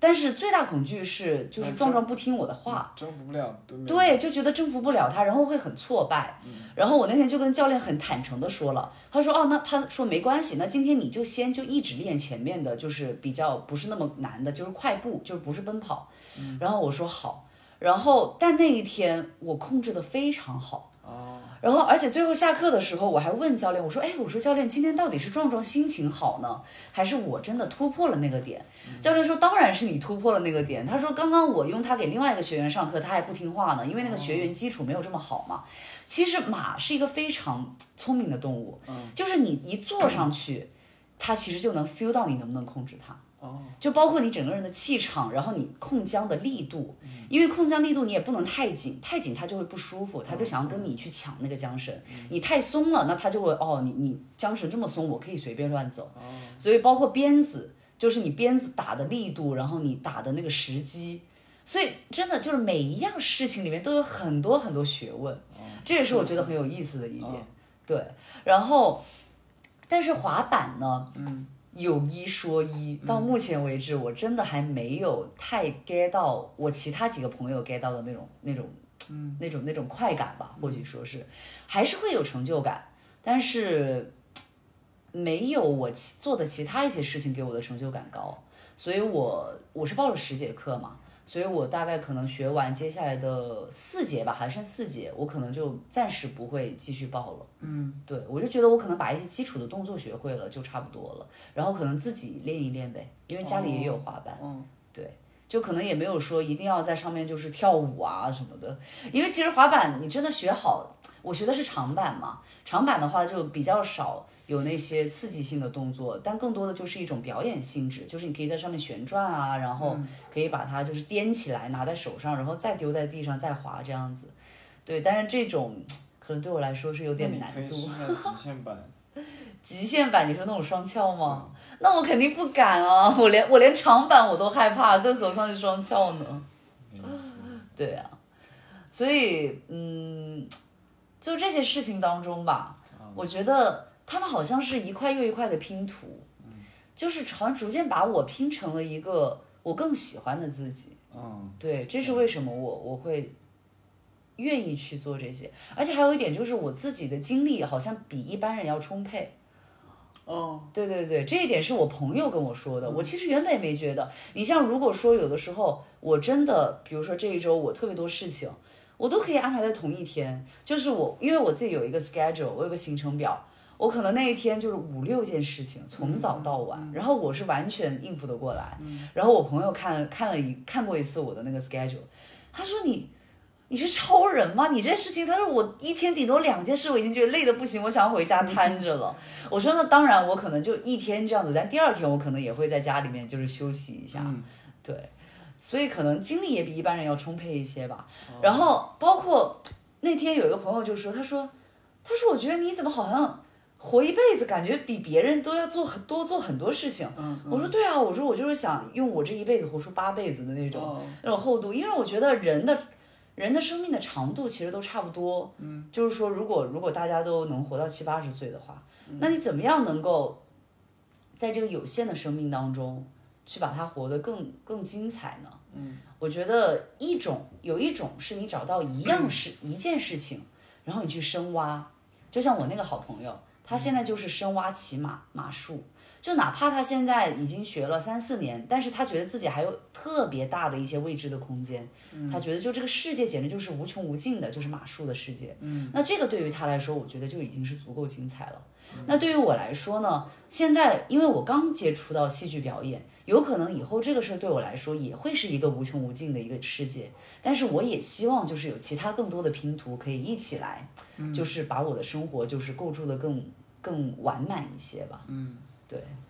S1: 但是最大恐惧是就是
S2: 那
S1: 壮壮不听我的话。
S2: 嗯征服不了对面。嗯
S1: 对，就觉得征服不了他，然后会很挫败。然后我那天就跟教练很坦诚的说了，他说哦，那他说没关系，那今天你就先就一直练前面的，就是比较不是那么难的，就是快步，就是不是奔跑。
S2: 嗯
S1: 然后我说好，然后但那一天我控制的非常好。然后，而且最后下课的时候，我还问教练，我说：“哎，我说教练，今天到底是壮壮心情好呢，还是我真的突破了那个点？”教练说：“当然是你突破了那个点。”他说：“刚刚我用它给另外一个学员上课，他还不听话呢，因为那个学员基础没有这么好嘛。其实马是一个非常聪明的动物，就是你一坐上去，它其实就能 feel 到你能不能控制它。就包括你整个人的气场，然后你控缰的力度，因为控缰力度你也不能太紧，太紧它就会不舒服，它就想要跟你去抢那个缰绳。你太松了，那它就会哦，你你缰绳这么松，我可以随便乱走。所以包括鞭子，就是你鞭子打的力度，然后你打的那个时机。所以真的就是每一样事情里面都有很多很多学问，这也是我觉得很有意思的一点。对，然后，但是滑板呢，有一说一，到目前为止，我真的还没有太 get 到我其他几个朋友 get 到的那种那种，那种那种快感吧，或许说是，还是会有成就感，但是没有我其做的其他一些事情给我的成就感高，所以我我是报了十节课嘛，所以我大概可能学完接下来的四节吧，还剩四节，我可能就暂时不会继续报了。嗯，对，我就觉得我可能把一些基础的动作学会了就差不多了，然后可能自己练一练呗，因为家里也
S2: 哦
S1: 有滑板。嗯，对。就可能也没有说一定要在上面就是跳舞啊什么的，因为其实滑板你真的学好，我学的是长板嘛，长板的话就比较少有那些刺激性的动作，但更多的就是一种表演性质，就是你可以在上面旋转啊，然后可以把它就是颠起来拿在手上，然后再丢在地上再滑这样子。对，但是这种可能对我来说是有
S2: 那
S1: 点
S2: 你
S1: 难
S2: 可以
S1: 度。
S2: 试下极限版，
S1: 极限版，你说那种双翘吗？那我肯定不敢啊！我连我连长板我都害怕，更何况是双翘呢？对啊，所以嗯，就这些事情当中吧，我觉得他们好像是一块又一块的拼图，就是好像逐渐把我拼成了一个我更喜欢的 自己。
S2: 嗯，
S1: 对，这是为什么我我会愿意去做这些，而且还有一点就是我自己的精力好像比一般人要充沛。
S2: 哦，
S1: 对对对，这一点是我朋友跟我说的。我其实原本没觉得。你像如果说有的时候我真的，比如说这一周我特别多事情，我都可以安排在同一天。就是我因为我自己有一个 schedule，我有个行程表，我可能那一天就是五六件事情，从早到晚，然后我是完全应付得过来。然后我朋友看看了一看过一次我的那个 schedule，他说你。你是超人吗？你这事情，他说我一天顶多两件事，我已经觉得累得不行，我想回家瘫着了。我说那当然，我可能就一天这样子，但第二天我可能也会在家里面就是休息一下，对，所以可能精力也比一般人要充沛一些吧。然后包括那天有一个朋友就说，他说，他说我觉得你怎么好像活一辈子，感觉比别人都要做很多做很多事情。我说对啊，我说我就是想用我这一辈子活出八辈子的那
S2: 哦
S1: 种、那种厚度，因为我觉得人的。人的生命的长度其实都差不多，嗯，就是说，如果如果大家都能活到七八十嗯岁的话，那你怎么样能够在这个有限的生命当中去把它活得更更精彩呢？嗯，我觉得一种有一种是你找到一样事、一件事情，然后你去深挖，就像我那个好朋友，他现在就是深挖骑马马术，就哪怕他现在已经学了三四年，但是他觉得自己还有特别大的一些未知的空间，他觉得就这个世界简直就是无穷无尽的，就是马术的世界。嗯，那这个对于他来说，我觉得就已经是足够精彩了。那对于我来说呢，现在因为我刚接触到戏剧表演，有可能以后这个事儿对我来说也会是一个无穷无尽的一个世界，但是我也希望就是有其他更多的拼图可以一起来，就是把我的生活就是构筑的更更完满一些吧。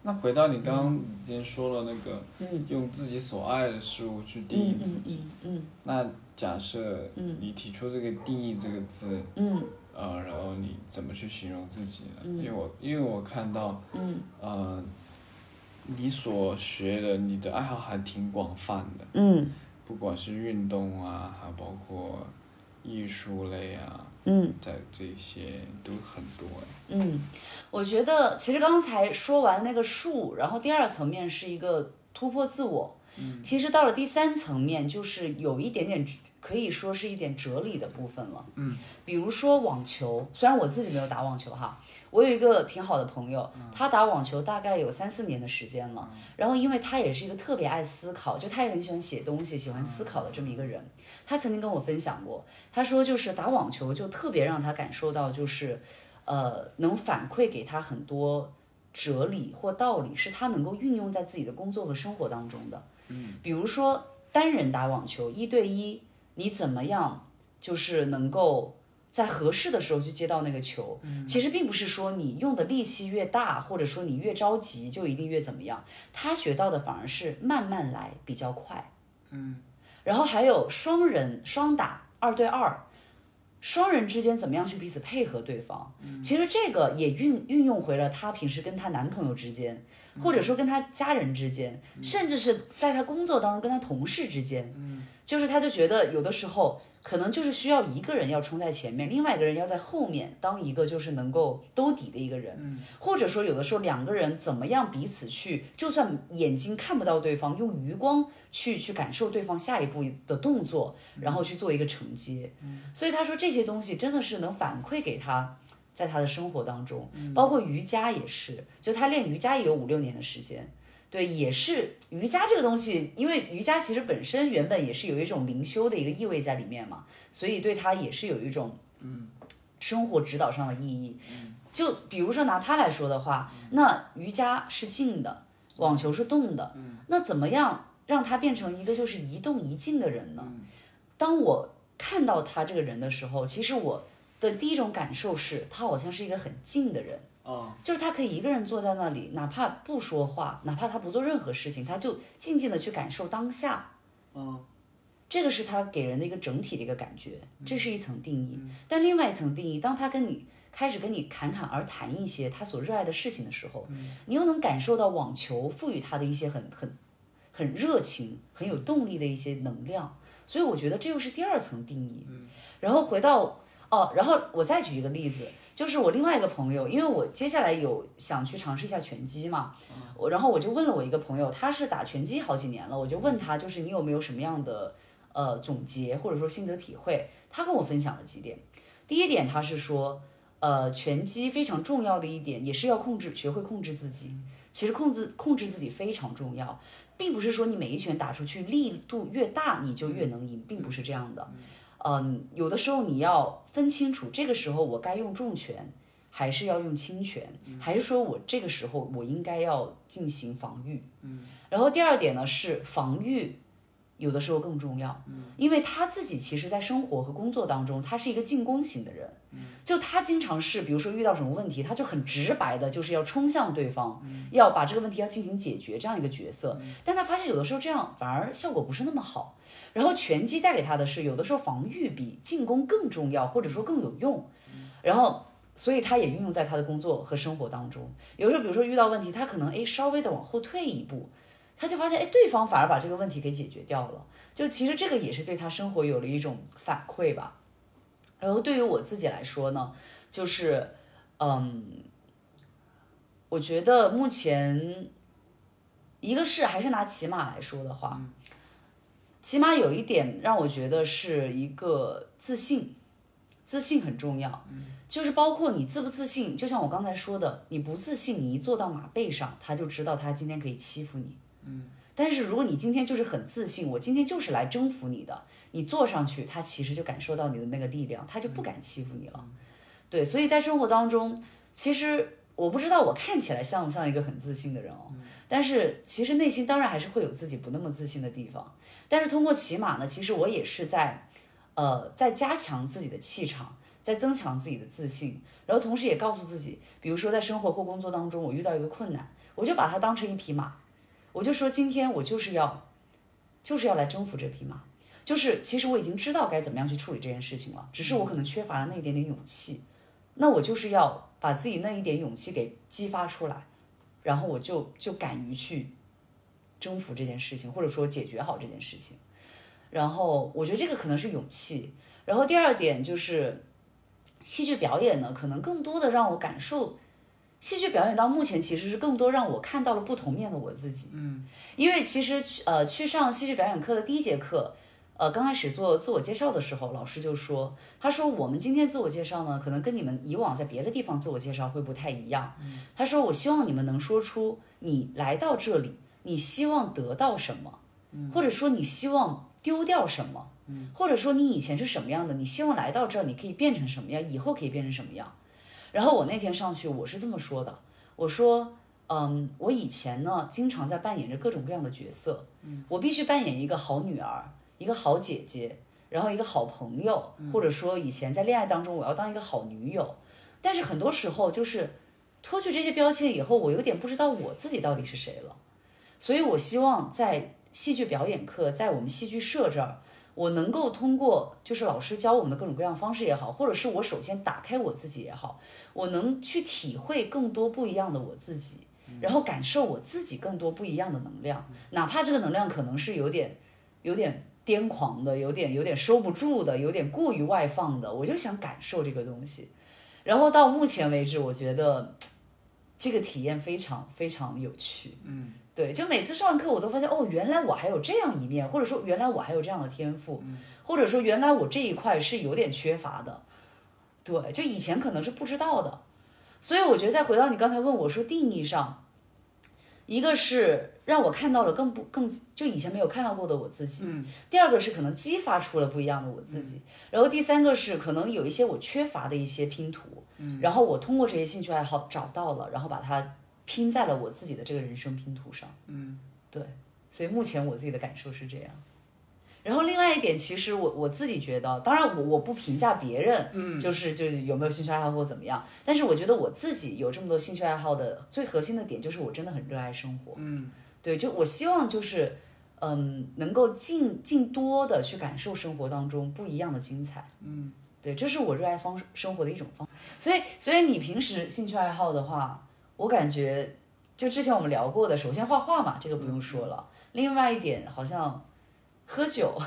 S2: 那回到你刚刚
S1: 嗯
S2: 已经说了那个，用自己所爱的事物去定义
S1: 嗯
S2: 自己。
S1: 嗯嗯
S2: 那假设你提出这个“定义”这个字，
S1: 嗯
S2: 呃，然后你怎么去形容自己呢？因为我因为我看到，
S1: 嗯
S2: 呃，你所学的你的爱好还挺广泛的，
S1: 嗯
S2: 不管是运动啊，还包括艺术类啊，
S1: 嗯
S2: 在这些都很多哎。
S1: 嗯，我觉得其实刚才说完那个树，然后第二层面是一个突破自我，其实到了第三层面，就是有一点点可以说是一点哲理的部分了。嗯，比如说网球，虽然我自己没有打网球哈，我有一个挺好的朋友，他打网球大概有三四年的时间了。然后，因为他也是一个特别爱思考，就他也很喜欢写东西、喜欢思考的这么一个人。他曾经跟我分享过，他说就是打网球就特别让他感受到，就是呃，能反馈给他很多。哲理或道理是他能够运用在自己的工作和生活当中的，比如说单人打网球一对一，你怎么样就是能够在合适的时候去接到那个球？其实并不是说你用的力气越大，或者说你越着急就一定越怎么样。他学到的反而是慢慢来比较快。嗯，然后还有双人双打二对二。双人之间怎么样去彼此配合对方？嗯其实这个也运运用回了她平时跟她男朋友之间，或者说跟她家人之间，甚至是在她工作当中跟她同事之间，就是她就觉得有的时候可能就是需要一个人要冲在前面，另外一个人要在后面当一个就是能够兜底的一个人，或者说有的时候两个人怎么样彼此去，就算眼睛看不到对方，用余光去去感受对方下一步的动作，然后去做一个承接。所以他说这些东西真的是能反馈给他。在他的生活当中，包括瑜伽也是，就他练瑜伽也有五六年的时间，对，也是瑜伽这个东西，因为瑜伽其实本身原本也是有一种灵修的一个意味在里面嘛，所以对他也是有一种生活指导上的意义。就比如说拿它来说的话，那瑜伽是静的，网球是动的，那怎么样让他变成一个就是一动一静的人呢？当我看到他这个人的时候，其实我的第一种感受是，他好像是一个很静的人。
S2: 哦，
S1: 就是他可以一个人坐在那里，哪怕不说话，哪怕他不做任何事情，他就静静的去感受当下。
S2: 嗯，
S1: 这个是他给人的一个整体的一个感觉，这是一层定义。但另外一层定义，当他跟你开始跟你侃侃而谈一些他所热爱的事情的时候，你又能感受到网球赋予他的一些很很很热情、很有动力的一些能量。所以我觉得这又是第二层定义。然后回到哦，然后我再举一个例子，就是我另外一个朋友，因为我接下来有想去尝试一下拳击嘛，我然后我就问了我一个朋友，他是打拳击好几年了，我就问他，就是你有没有什么样的呃总结或者说心得体会？他跟我分享了几点。第一点，他是说，呃，拳击非常重要的一点，也是要控制，学会控制自己。其实控制控制自己非常重要，并不是说你每一拳打出去力度越大你就越能赢，并不是这样的。嗯，有的时候你要分清楚，这个时候我该用重拳，还是要用轻拳，还是说我这个时候我应该要进行防御。嗯，然后第二点呢是防御，有的时候更重要，因为他自己其实在生活和工作当中，他是一个进攻型的人，就他经常是比如说遇到什么问题，他就很直白的就是要冲向对方，要把这个问题要进行解决这样一个角色，但他发现有的时候这样反而效果不是那么好。然后拳击带给他的是，有的时候防御比进攻更重要，或者说更有用。然后，所以他也运用在他的工作和生活当中。有时候，比如说遇到问题，他可能诶稍微的往后退一步，他就发现诶对方反而把这个问题给解决掉了。就其实这个也是对他生活有了一种反馈吧。然后对于我自己来说呢，就是嗯，我觉得目前一个是还是拿骑马来说的话，骑马有一点让我觉得是一个自信，自信很重要。就是包括你自不自信，就像我刚才说的，你不自信，你一坐到马背上，他就知道他今天可以欺负你。嗯，但是如果你今天就是很自信，我今天就是来征服你的，你坐上去，他其实就感受到你的那个力量，他就不敢欺负你了。对，所以在生活当中，其实我不知道我看起来像不像一个很自信的人哦，但是其实内心当然还是会有自己不那么自信的地方。但是通过骑马呢，其实我也是在，呃，在加强自己的气场。在增强自己的自信，然后同时也告诉自己，比如说在生活或工作当中，我遇到一个困难，我就把它当成一匹马，我就说今天我就是要，就是要来征服这匹马。就是其实我已经知道该怎么样去处理这件事情了，只是我可能缺乏了那一点点勇气，那我就是要把自己那一点勇气给激发出来，然后我就就敢于去征服这件事情，或者说解决好这件事情。然后我觉得这个可能是勇气，然后第二点就是戏剧表演呢，可能更多的让我感受，戏剧表演到目前其实是更多让我看到了不同面的我自己。嗯，因为其实去呃去上戏剧表演课的第一节课，呃刚开始做自我介绍的时候，老师就说，他说我们今天自我介绍呢，可能跟你们以往在别的地方自我介绍会不太一样。嗯、他说我希望你们能说出你来到这里，你希望得到什么，或者说你希望丢掉什么。或者说你以前是什么样的，你希望来到这儿你可以变成什么样，以后可以变成什么样。然后我那天上去我是这么说的，我说，嗯，我以前呢经常在扮演着各种各样的角色，我必须扮演一个好女儿，一个好姐姐，然后一个好朋友，或者说以前在恋爱当中我要当一个好女友。但是很多时候就是脱去这些标签以后，我有点不知道我自己到底是谁了。所以我希望在戏剧表演课，在我们戏剧社这儿。我能够通过就是老师教我们的各种各样的方式也好，或者是我首先打开我自己也好，我能去体会更多不一样的我自己，然后感受我自己更多不一样的能量，哪怕这个能量可能是有点有点癫狂的，有点有点收不住的，有点过于外放的，我就想感受这个东西。然后到目前为止，我觉得这个体验非常非常有趣。对，就每次上完课，我都发现哦，原来我还有这样一面，或者说原来我还有这样的天赋，或者说原来我这一块是有点缺乏的，对，就以前可能是不知道的。所以我觉得再回到你刚才问我说定义上，一个是让我看到了更不更就以前没有看到过的我自己，第二个是可能激发出了不一样的我自己，然后第三个是可能有一些我缺乏的一些拼图，然后我通过这些兴趣爱好找到了，然后把它拼在了我自己的这个人生拼图上。嗯，对，所以目前我自己的感受是这样。然后另外一点，其实我我自己觉得，当然我我不评价别人，嗯，就是就是有没有兴趣爱好或怎么样，但是我觉得我自己有这么多兴趣爱好的最核心的点就是我真的很热爱生活，嗯，对，就我希望就是，嗯，能够尽尽多的去感受生活当中不一样的精彩，嗯，对，这是我热爱方生活的一种方，所以所以你平时兴趣爱好的话，我感觉就之前我们聊过的，首先画画嘛，这个不用说了，
S2: 嗯
S1: 另外一点好像喝酒。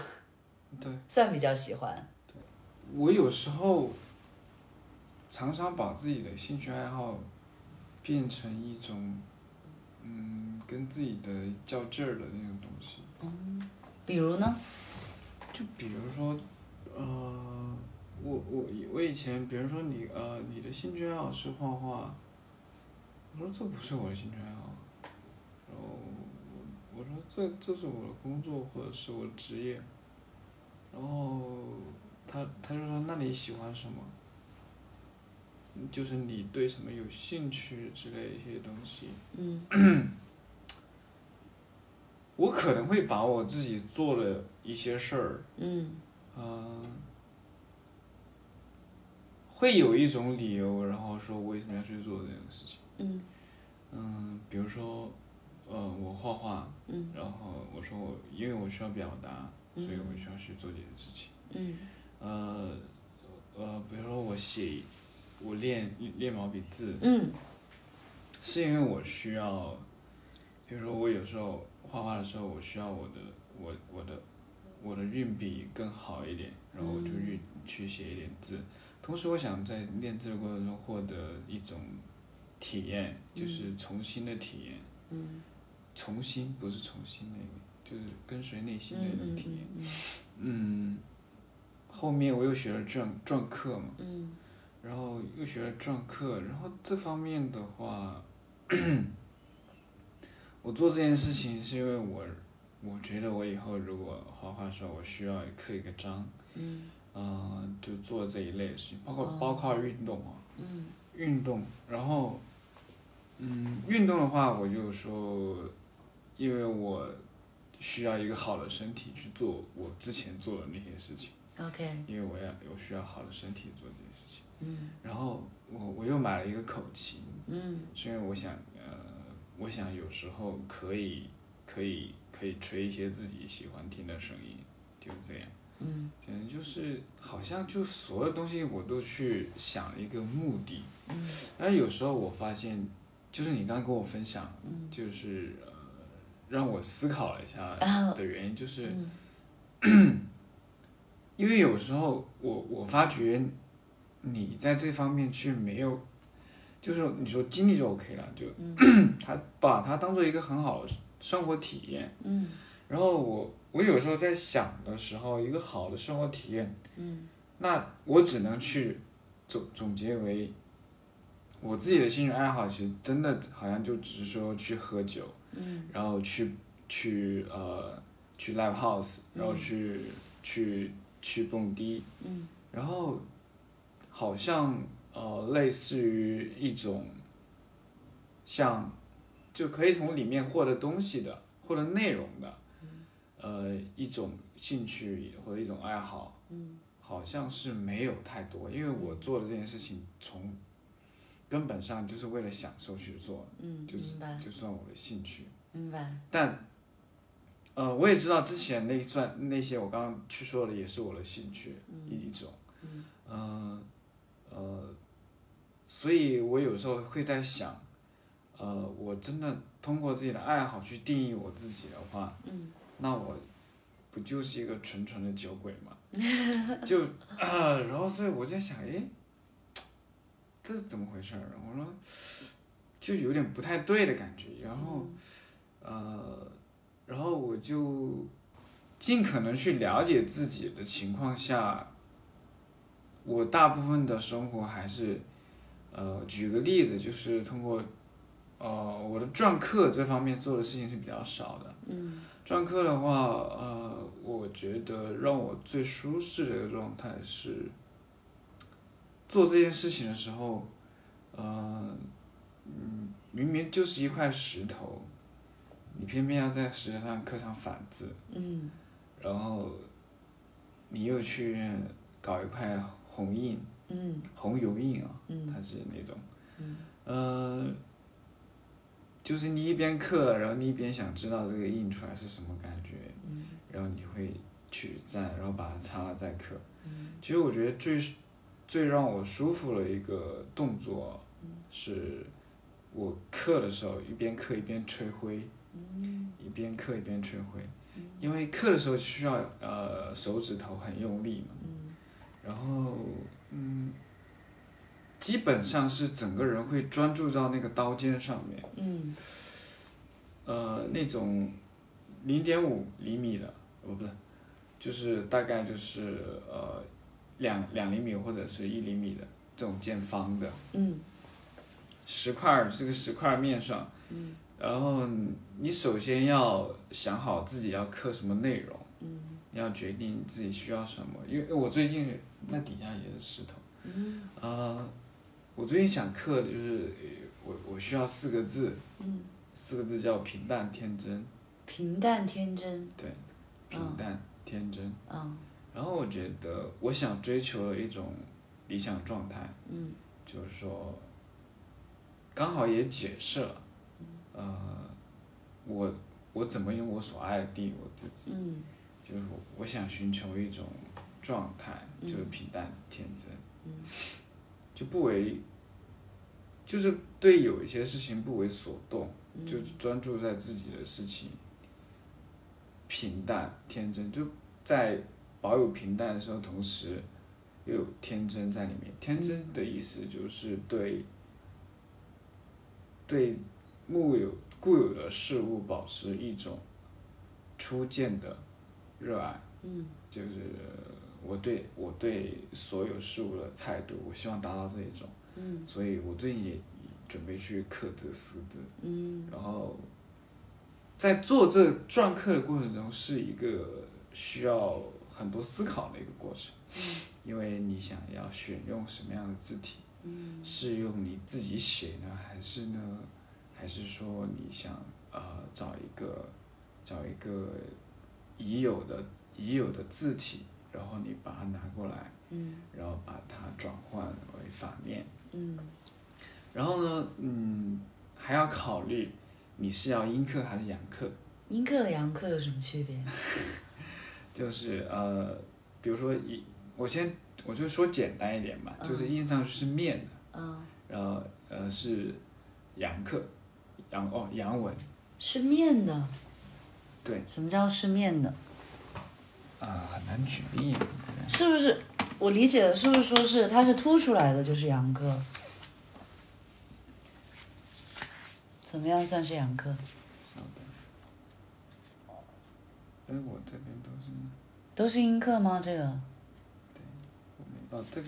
S2: 对，
S1: 算比较喜欢。
S2: 我有时候常常把自己的兴趣爱好变成一种，嗯，跟自己的较劲儿的那种东西。
S1: 比如呢？
S2: 就比如说，呃，我我以我以前，比如说你呃，你的兴趣爱好是画画，我说这不是我的兴趣爱好，然后我我说这这是我的工作或者是我的职业，然后他他就说那你喜欢什么？就是你对什么有兴趣之类一些东西，
S1: 嗯
S2: 我可能会把我自己做的一些事儿
S1: 嗯
S2: 嗯，会有一种理由，然后说我为什么要去做这件事情。
S1: 嗯
S2: 嗯，比如说，呃，我画画，
S1: 嗯，
S2: 然后我说我因为我需要表达，所以我需要去做这件事情。
S1: 嗯
S2: 呃呃，比如说我写，我练练毛笔字，
S1: 嗯
S2: 是因为我需要，比如说我有时候画画的时候，我需要我的我我的我的运笔更好一点，然后我就
S1: 嗯
S2: 去、去写一点字。同时，我想在练字的过程中获得一种体验，就是重新的体验。嗯。重新不是重新那个，就是跟随内心的
S1: 嗯
S2: 一种
S1: 嗯
S2: 体验。
S1: 嗯
S2: 嗯，后面我又学了篆篆刻嘛，
S1: 嗯
S2: 然后又学了篆刻，然后这方面的话，我做这件事情是因为我，我觉得我以后如果画画的时候，我需要刻一个章，
S1: 嗯
S2: 嗯、就做这一类的事情，包括、
S1: 哦
S2: 包括运动啊，
S1: 嗯
S2: 运动，然后，嗯，运动的话，我就说，因为我需要一个好的身体去做我之前做的那些事情，
S1: 嗯，OK，
S2: 因为我要我需要好的身体做这些事情。
S1: 嗯
S2: 然后我我又买了一个口琴，
S1: 嗯
S2: 是因为我想呃，我想有时候可以可以可以吹一些自己喜欢听的声音，就是这样。
S1: 嗯
S2: 简直就是好像就所有东西我都去想一个目的，
S1: 嗯
S2: 但是有时候我发现，就是你刚刚跟我分享，
S1: 嗯
S2: 就是呃让我思考了一下
S1: 啊
S2: 的原因，就是
S1: 嗯
S2: 因为有时候我我发觉你在这方面却没有，就是你说经历就 OK 了，就、
S1: 嗯
S2: 他把它当做一个很好的生活体验。
S1: 嗯
S2: 然后我我有时候在想的时候，一个好的生活体验，
S1: 嗯
S2: 那我只能去总总结为。我自己的兴趣爱好其实真的好像就只是说去喝酒，
S1: 嗯
S2: 然后去去呃去 live house，然后去、去去蹦迪，
S1: 嗯
S2: 然后好像呃类似于一种像就可以从里面获得东西的，获得内容的，呃一种兴趣或者一种爱好，
S1: 嗯
S2: 好像是没有太多，因为我做的这件事情从根本上就是为了享受去做，
S1: 嗯，
S2: 就
S1: 明白
S2: 就算我的兴趣。
S1: 明白，
S2: 但，呃，我也知道之前那一段那些我刚刚去说的也是我的兴趣、一一种，
S1: 嗯
S2: 呃呃，所以我有时候会在想，呃，我真的通过自己的爱好去定义我自己的话，
S1: 嗯
S2: 那我不就是一个纯纯的酒鬼吗？ 就啊、然后所以我就想，诶，这是怎么回事儿？我说，就有点不太对的感觉，然后。呃，然后我就尽可能去了解自己的情况下，我大部分的生活还是，呃，举个例子，就是通过，呃，我的篆刻这方面做的事情是比较少的。
S1: 嗯
S2: 篆刻的话，呃，我觉得让我最舒适的一个状态是，做这件事情的时候，呃，嗯，明明就是一块石头，你偏偏要在石头上刻上反字，
S1: 嗯
S2: 然后你又去搞一块红印、
S1: 嗯
S2: 红油印啊，
S1: 嗯
S2: 它是那种，
S1: 嗯
S2: 呃，就是你一边刻，然后你一边想知道这个印出来是什么感觉，
S1: 嗯
S2: 然后你会去蘸，然后把它擦了再刻。
S1: 嗯
S2: 其实我觉得最最让我舒服的一个动作
S1: 嗯
S2: 是，我刻的时候一边刻一边吹灰，
S1: 嗯
S2: 一边刻一边吹灰
S1: 嗯，
S2: 因为刻的时候需要呃手指头很用力嘛，
S1: 嗯
S2: 然后嗯，基本上是整个人会专注到那个刀尖上面，
S1: 嗯
S2: 呃，那种零点五厘米的，哦不是，就是大概就是呃两两厘米或者是一厘米的这种见方的
S1: 嗯
S2: 石块儿，这个石块儿面上，
S1: 嗯
S2: 然后你首先要想好自己要刻什么内容。
S1: 嗯
S2: 你要决定自己需要什么，因为我最近那底下也是石头，
S1: 嗯
S2: 呃，我最近想刻的就是呃我我需要四个字，
S1: 嗯，
S2: 四个字叫平淡天真，
S1: 平淡天真，
S2: 平淡天真。
S1: 嗯
S2: 然后我觉得我想追求的一种理想状态，
S1: 嗯
S2: 就是说，刚好也解释了，
S1: 嗯
S2: 呃，我我怎么用我所爱的定义我自己。
S1: 嗯
S2: 就是我我想寻求一种状态，
S1: 嗯
S2: 就是平淡天真，
S1: 嗯
S2: 就不为，就是对有一些事情不为所动，
S1: 嗯，
S2: 就专注在自己的事情，平淡天真，就在保有平淡的时候，同时又有天真在里面。天真的意思就是对，对木有固有的事物保持一种初见的热爱。嗯，就是我对我对所有事物的态度，我希望达到这一种。嗯，所以我最近也准备去刻字、识字。嗯，然后在做这篆刻的过程中，是一个需要很多思考的一个过程。因为你想要选用什么样的字体，是用你自己写呢，还是呢，还是说你想呃找一个找一个已有的已有的字体，然后你把它拿过来，嗯，然后把它转换为反面，
S1: 嗯
S2: 然后呢，嗯，还要考虑你是要阴刻还是阳刻，
S1: 阴刻和阳刻有什么区别？
S2: 就是呃，比如说一，我先我就说简单一点吧，就是印上去是面的，
S1: 嗯，
S2: 然后呃是阳刻，阳哦阳文，
S1: 是面的。
S2: 对，
S1: 什么叫是面的？
S2: 啊、很难举例，
S1: 是不是我理解的？是不是说是它是凸出来的就是阳刻？怎么样算是阳刻？
S2: 稍等，哎我这边都是
S1: 都是阴刻吗？这个？
S2: 我没哦这个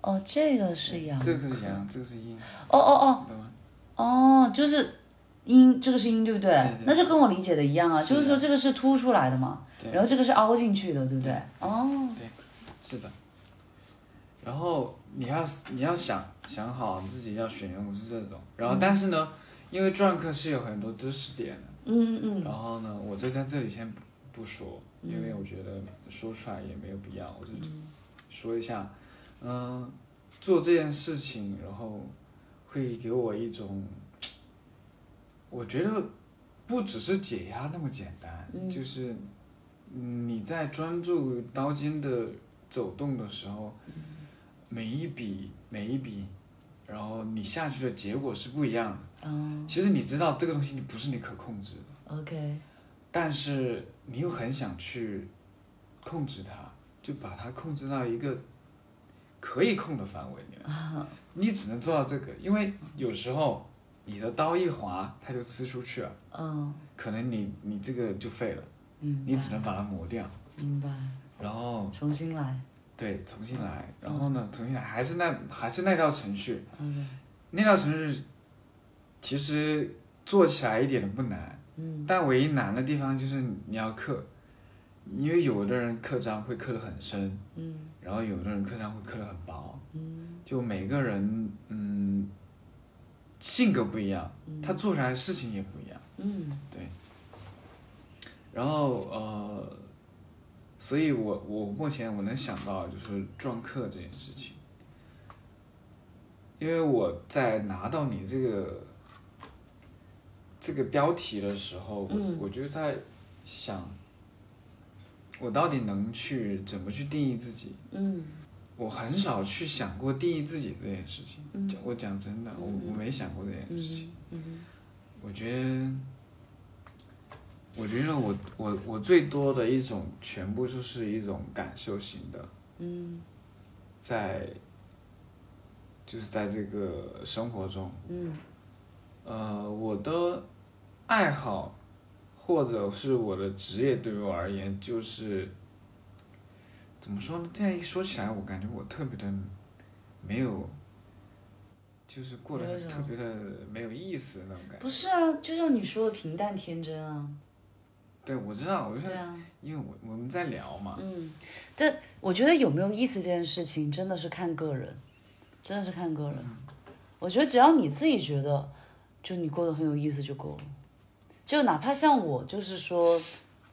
S1: 哦，这个是阳。
S2: 这个是阳，这个是阴，
S1: 哦哦哦
S2: 你懂吗？
S1: 哦，就是阴，这个是阴，对不对？
S2: 对对
S1: 那就跟我理解的一样啊，
S2: 是
S1: 就是说这个是凸出来的嘛，
S2: 对
S1: 然后这个是凹进去的，对不对？
S2: 对
S1: 哦，
S2: 是的。然后你要你要想想好自己要选用的是这种，然后但是呢，因为篆刻是有很多知识点的，
S1: 嗯嗯
S2: 然后呢，我就在这里先不不说，
S1: 嗯
S2: 因为我觉得说出来也没有必要，我就说一下，嗯、做这件事情，然后会给我一种，我觉得不只是解压那么简单，
S1: 嗯
S2: 就是你在专注于刀尖的走动的时候，
S1: 嗯
S2: 每一笔每一笔，然后你下去的结果是不一样的。
S1: 嗯，
S2: 其实你知道这个东西你不是你可控制的。
S1: 哦，OK，
S2: 但是你又很想去控制它，就把它控制到一个可以控的范围里面。你只能做到这个，因为有时候你的刀一划，它就呲出去了，
S1: 嗯，
S2: 可能你你这个就废了，
S1: 明
S2: 你只能把它磨掉，
S1: 明白，
S2: 然后
S1: 重新来
S2: 对重新来，然后呢重新来，还是那还是那套程序，
S1: ，OK，
S2: 那套程序其实做起来一点都不难，
S1: 嗯
S2: 但唯一难的地方就是你要刻，因为有的人刻章会刻得很深，
S1: 嗯
S2: 然后有的人刻章会刻得很薄，
S1: 嗯
S2: 就每个人嗯性格不一样，
S1: 嗯
S2: 他做出来的事情也不一样。
S1: 嗯
S2: 然后呃，所以我我目前我能想到的就是篆刻这件事情，因为我在拿到你这个这个标题的时候，我、
S1: 嗯
S2: 我就在想，我到底能去怎么去定义自己？
S1: 嗯
S2: 我很少去想过定义自己这件事情。
S1: 嗯
S2: 讲我讲真的，我我没想过这件事情。
S1: 嗯嗯
S2: 我觉得，我觉得我我我最多的一种全部就是一种感受型的，
S1: 嗯
S2: 在就是在这个生活中，
S1: 嗯
S2: 呃，我的爱好或者是我的职业对于我而言就是怎么说呢？这样一说起来，我感觉我特别的没有。就是过
S1: 没有
S2: 得
S1: 什么
S2: 特别的没有意思那种感觉
S1: 不。是啊，就像你说的平淡天真啊，
S2: 对，我知道，我就是
S1: 对啊。
S2: 因为我我们在聊嘛，
S1: 嗯，但我觉得有没有意思这件事情，真的是看个人，真的是看个人。我觉得只要你自己觉得，就你过得很有意思就够了。就哪怕像我，就是说，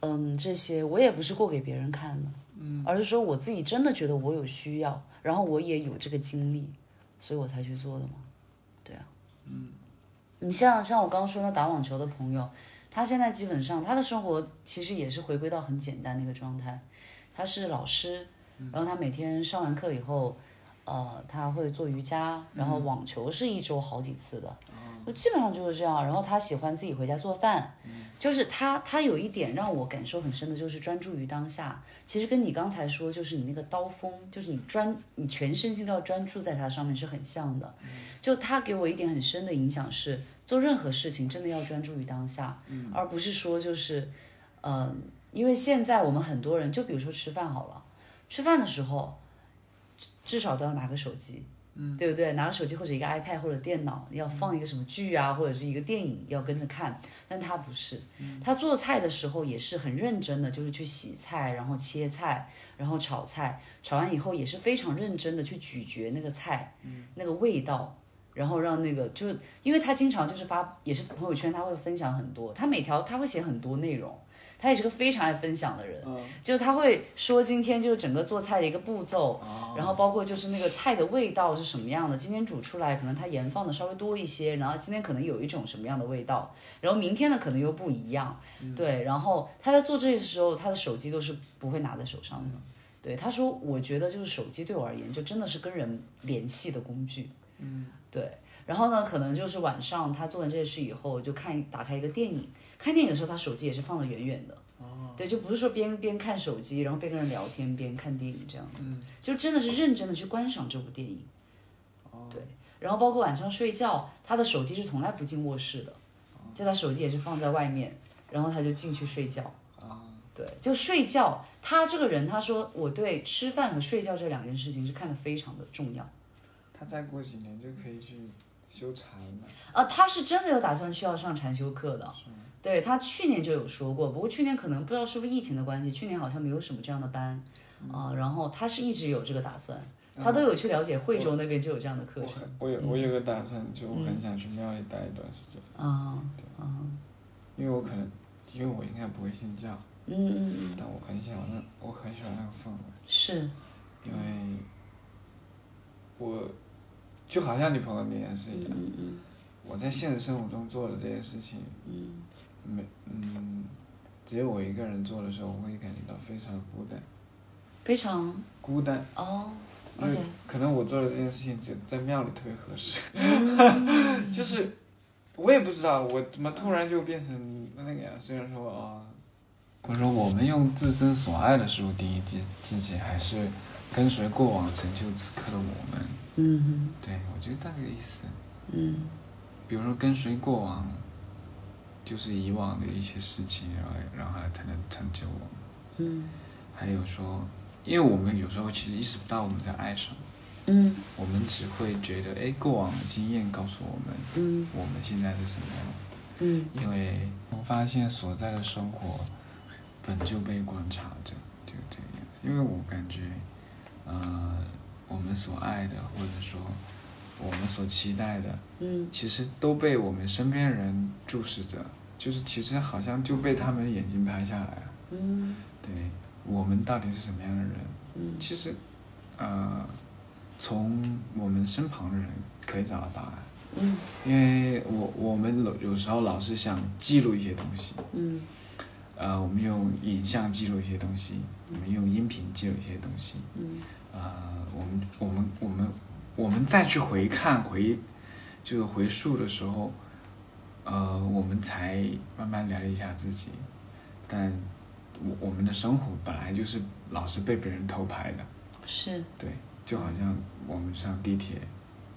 S1: 嗯，这些我也不是过给别人看的，嗯，而是说我自己真的觉得我有需要，然后我也有这个经历，所以我才去做的嘛。对啊，嗯，你像像我刚刚说那打网球的朋友，他现在基本上他的生活其实也是回归到很简单的一个状态。他是老师，然后他每天上完课以后，呃，他会做瑜伽，然后网球是一周好几次的，就基本上就是这样。然后他喜欢自己回家做饭，就是他他有一点让我感受很深的，就是专注于当下。其实跟你刚才说，就是你那个刀锋，就是你专你全身心都要专注在它上面是很像的。就他给我一点很深的影响是，做任何事情真的要专注于当下，而不是说就是，呃，因为现在我们很多人，就比如说吃饭好了，吃饭的时候至至少都要拿个手机。对不对？拿个手机或者一个 iPad 或者电脑，要放一个什么剧啊，或者是一个电影要跟着看，但他不是，他做菜的时候也是很认真的，就是去洗菜，然后切菜，然后炒菜，炒完以后也是非常认真的去咀嚼那个菜，那个味道，然后让那个就是，因为他经常就是发，也是朋友圈他会分享很多，他每条他会写很多内容。他也是个非常爱分享的人，就是他会说今天就是整个做菜的一个步骤，然后包括就是那个菜的味道是什么样的，今天煮出来可能它盐放的稍微多一些，然后今天可能有一种什么样的味道，然后明天的可能又不一样，对，然后他在做这些时候，他的手机都是不会拿在手上的，对，他说我觉得就是手机对我而言就真的是跟人联系的工具，嗯，对，然后呢，可能就是晚上他做完这些事以后，就看打开一个电影，看电影的时候他手机也是放的远远的。对，就不是说边边看手机，然后边跟人聊天，边看电影这样子，就真的是认真的去观赏这部电影。对，然后包括晚上睡觉，他的手机是从来不进卧室的，就他手机也是放在外面，然后他就进去睡觉。对，就睡觉，他这个人他说我对吃饭和睡觉这两件事情是看得非常的重要。
S2: 他再过几年就可以去修禅了。
S1: 啊，他是真的有打算去要上禅修课的。对他去年就有说过，不过去年可能不知道是不是疫情的关系，去年好像没有什么这样的班啊、然后他是一直有这个打算，他都有去了解惠州那边就有这样的课
S2: 我
S1: 程
S2: 很我有我有个打算，就我
S1: 嗯
S2: 很想去庙里待一段时间，
S1: 啊，
S2: 因为我可能因为我应该不会信教，
S1: 嗯嗯嗯，
S2: 但我很喜欢那我很喜欢那个氛围，
S1: 是
S2: 因为我就好像你朋友那件
S1: 嗯
S2: 事一样，我在现实生活中做的这些事情，
S1: 嗯
S2: 没嗯，只有我一个人做的时候，我会感觉到非常孤单，
S1: 非常
S2: 孤单，
S1: 哦
S2: 因为
S1: ，OK，
S2: 可能我做的这件事情只在庙里特别合适， 就是我也不知道我怎么突然就变成那个样。虽然说啊、我说我们用自身所爱的事物定义自自己，还是跟随过往成就此刻的我们。
S1: 嗯
S2: 对，我觉得大概意思。
S1: 嗯嗯
S2: 比如说跟随过往，就是以往的一些事情，然后然后才能成就我们。
S1: 嗯
S2: 还有说，因为我们有时候其实意识不到我们在爱什么。
S1: 嗯
S2: 我们只会觉得，哎，过往的经验告诉我们，
S1: 嗯
S2: 我们现在是什么样子的。
S1: 嗯
S2: 因为我发现所在的生活本就被观察着，就这个样子。因为我感觉，呃，我们所爱的，或者说我们所期待的，
S1: 嗯
S2: 其实都被我们身边人注视着，就是其实好像就被他们的眼睛拍下来了。
S1: 嗯
S2: 对，我们到底是什么样的人？
S1: 嗯
S2: 其实，呃，从我们身旁的人可以找到答案，
S1: 嗯
S2: 因为我我们有有时候老是想记录一些东西，
S1: 嗯
S2: 呃，我们用影像记录一些东西，我们用音频记录一些东西，
S1: 嗯
S2: 呃，我们我们我们我们再去回看回，就是回溯的时候，呃，我们才慢慢了解一下自己，但我我们的生活本来就是老是被别人偷拍的。
S1: 是
S2: 对，就好像我们上地铁，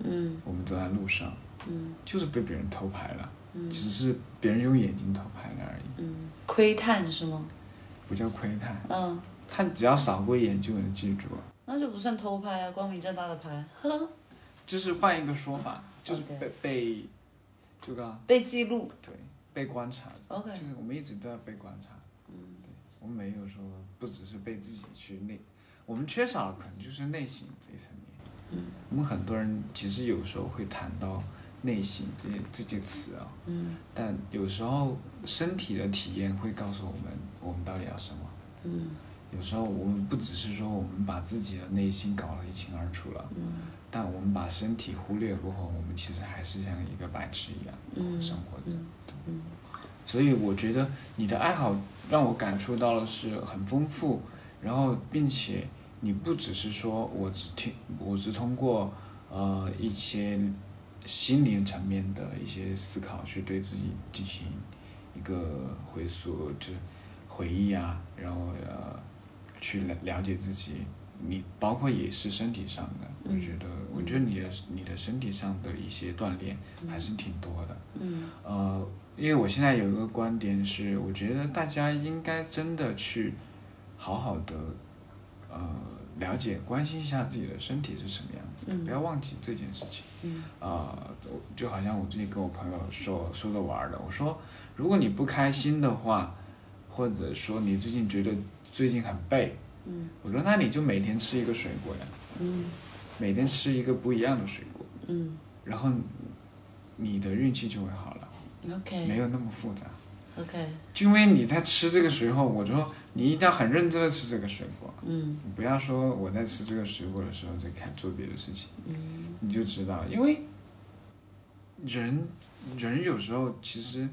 S1: 嗯
S2: 我们走在路上，
S1: 嗯
S2: 就是被别人偷拍了，
S1: 嗯
S2: 只是别人用眼睛偷拍了而已，
S1: 嗯，窥探是吗？
S2: 不叫窥探。
S1: 嗯，
S2: 他只要扫过一眼就能记住了，
S1: 那就不算偷拍啊，光明正大的拍，
S2: 就是换一个说法，就是
S1: 好的
S2: 被被，就刚
S1: 被记哦录。
S2: 对被观察，
S1: OK，
S2: 就是我们一直都要被观察。
S1: 嗯。
S2: 我们没有说不只是被自己去内，我们缺少的可能就是内心这一层面。
S1: 嗯，
S2: 我们很多人其实有时候会谈到内心这这些词啊，
S1: 嗯
S2: 但有时候身体的体验会告诉我们，我们到底要什么。
S1: 嗯
S2: 有时候我们不只是说我们把自己的内心搞得一清二楚了，
S1: 嗯
S2: 但我们把身体忽略过后，我们其实还是像一个白痴一样
S1: 嗯
S2: 生活着。
S1: 嗯
S2: 所以我觉得你的爱好让我感触到的是很丰富，然后并且你不只是说我只听，我只通过呃一些心灵层面的一些思考去对自己进行一个回溯，就是回忆啊，然后呃，去了了解自己。你包括也是身体上的，我觉得，我觉得你的你的身体上的一些锻炼还是挺多的。
S1: 嗯
S2: 呃，因为我现在有一个观点是，我觉得大家应该真的去好好的呃了解、关心一下自己的身体是什么样子的，
S1: 嗯
S2: 不要忘记这件事情。
S1: 嗯
S2: 啊、我就好像我最近跟我朋友说说着玩儿的，我说如果你不开心的话，或者说你最近觉得最近很背，
S1: 嗯
S2: 我说那你就每天吃一个水果呀，
S1: 嗯
S2: 每天吃一个不一样的水果，
S1: 嗯
S2: 然后你的运气就会好了，没
S1: ，OK
S2: 有那么复杂。
S1: OK，
S2: 就因为你在吃这个水果，我就说你一定要很认真的吃这个水果，
S1: 嗯
S2: 你不要说我在吃这个水果的时候在看做别的事情，
S1: 嗯
S2: 你就知道了，因为人人有时候其实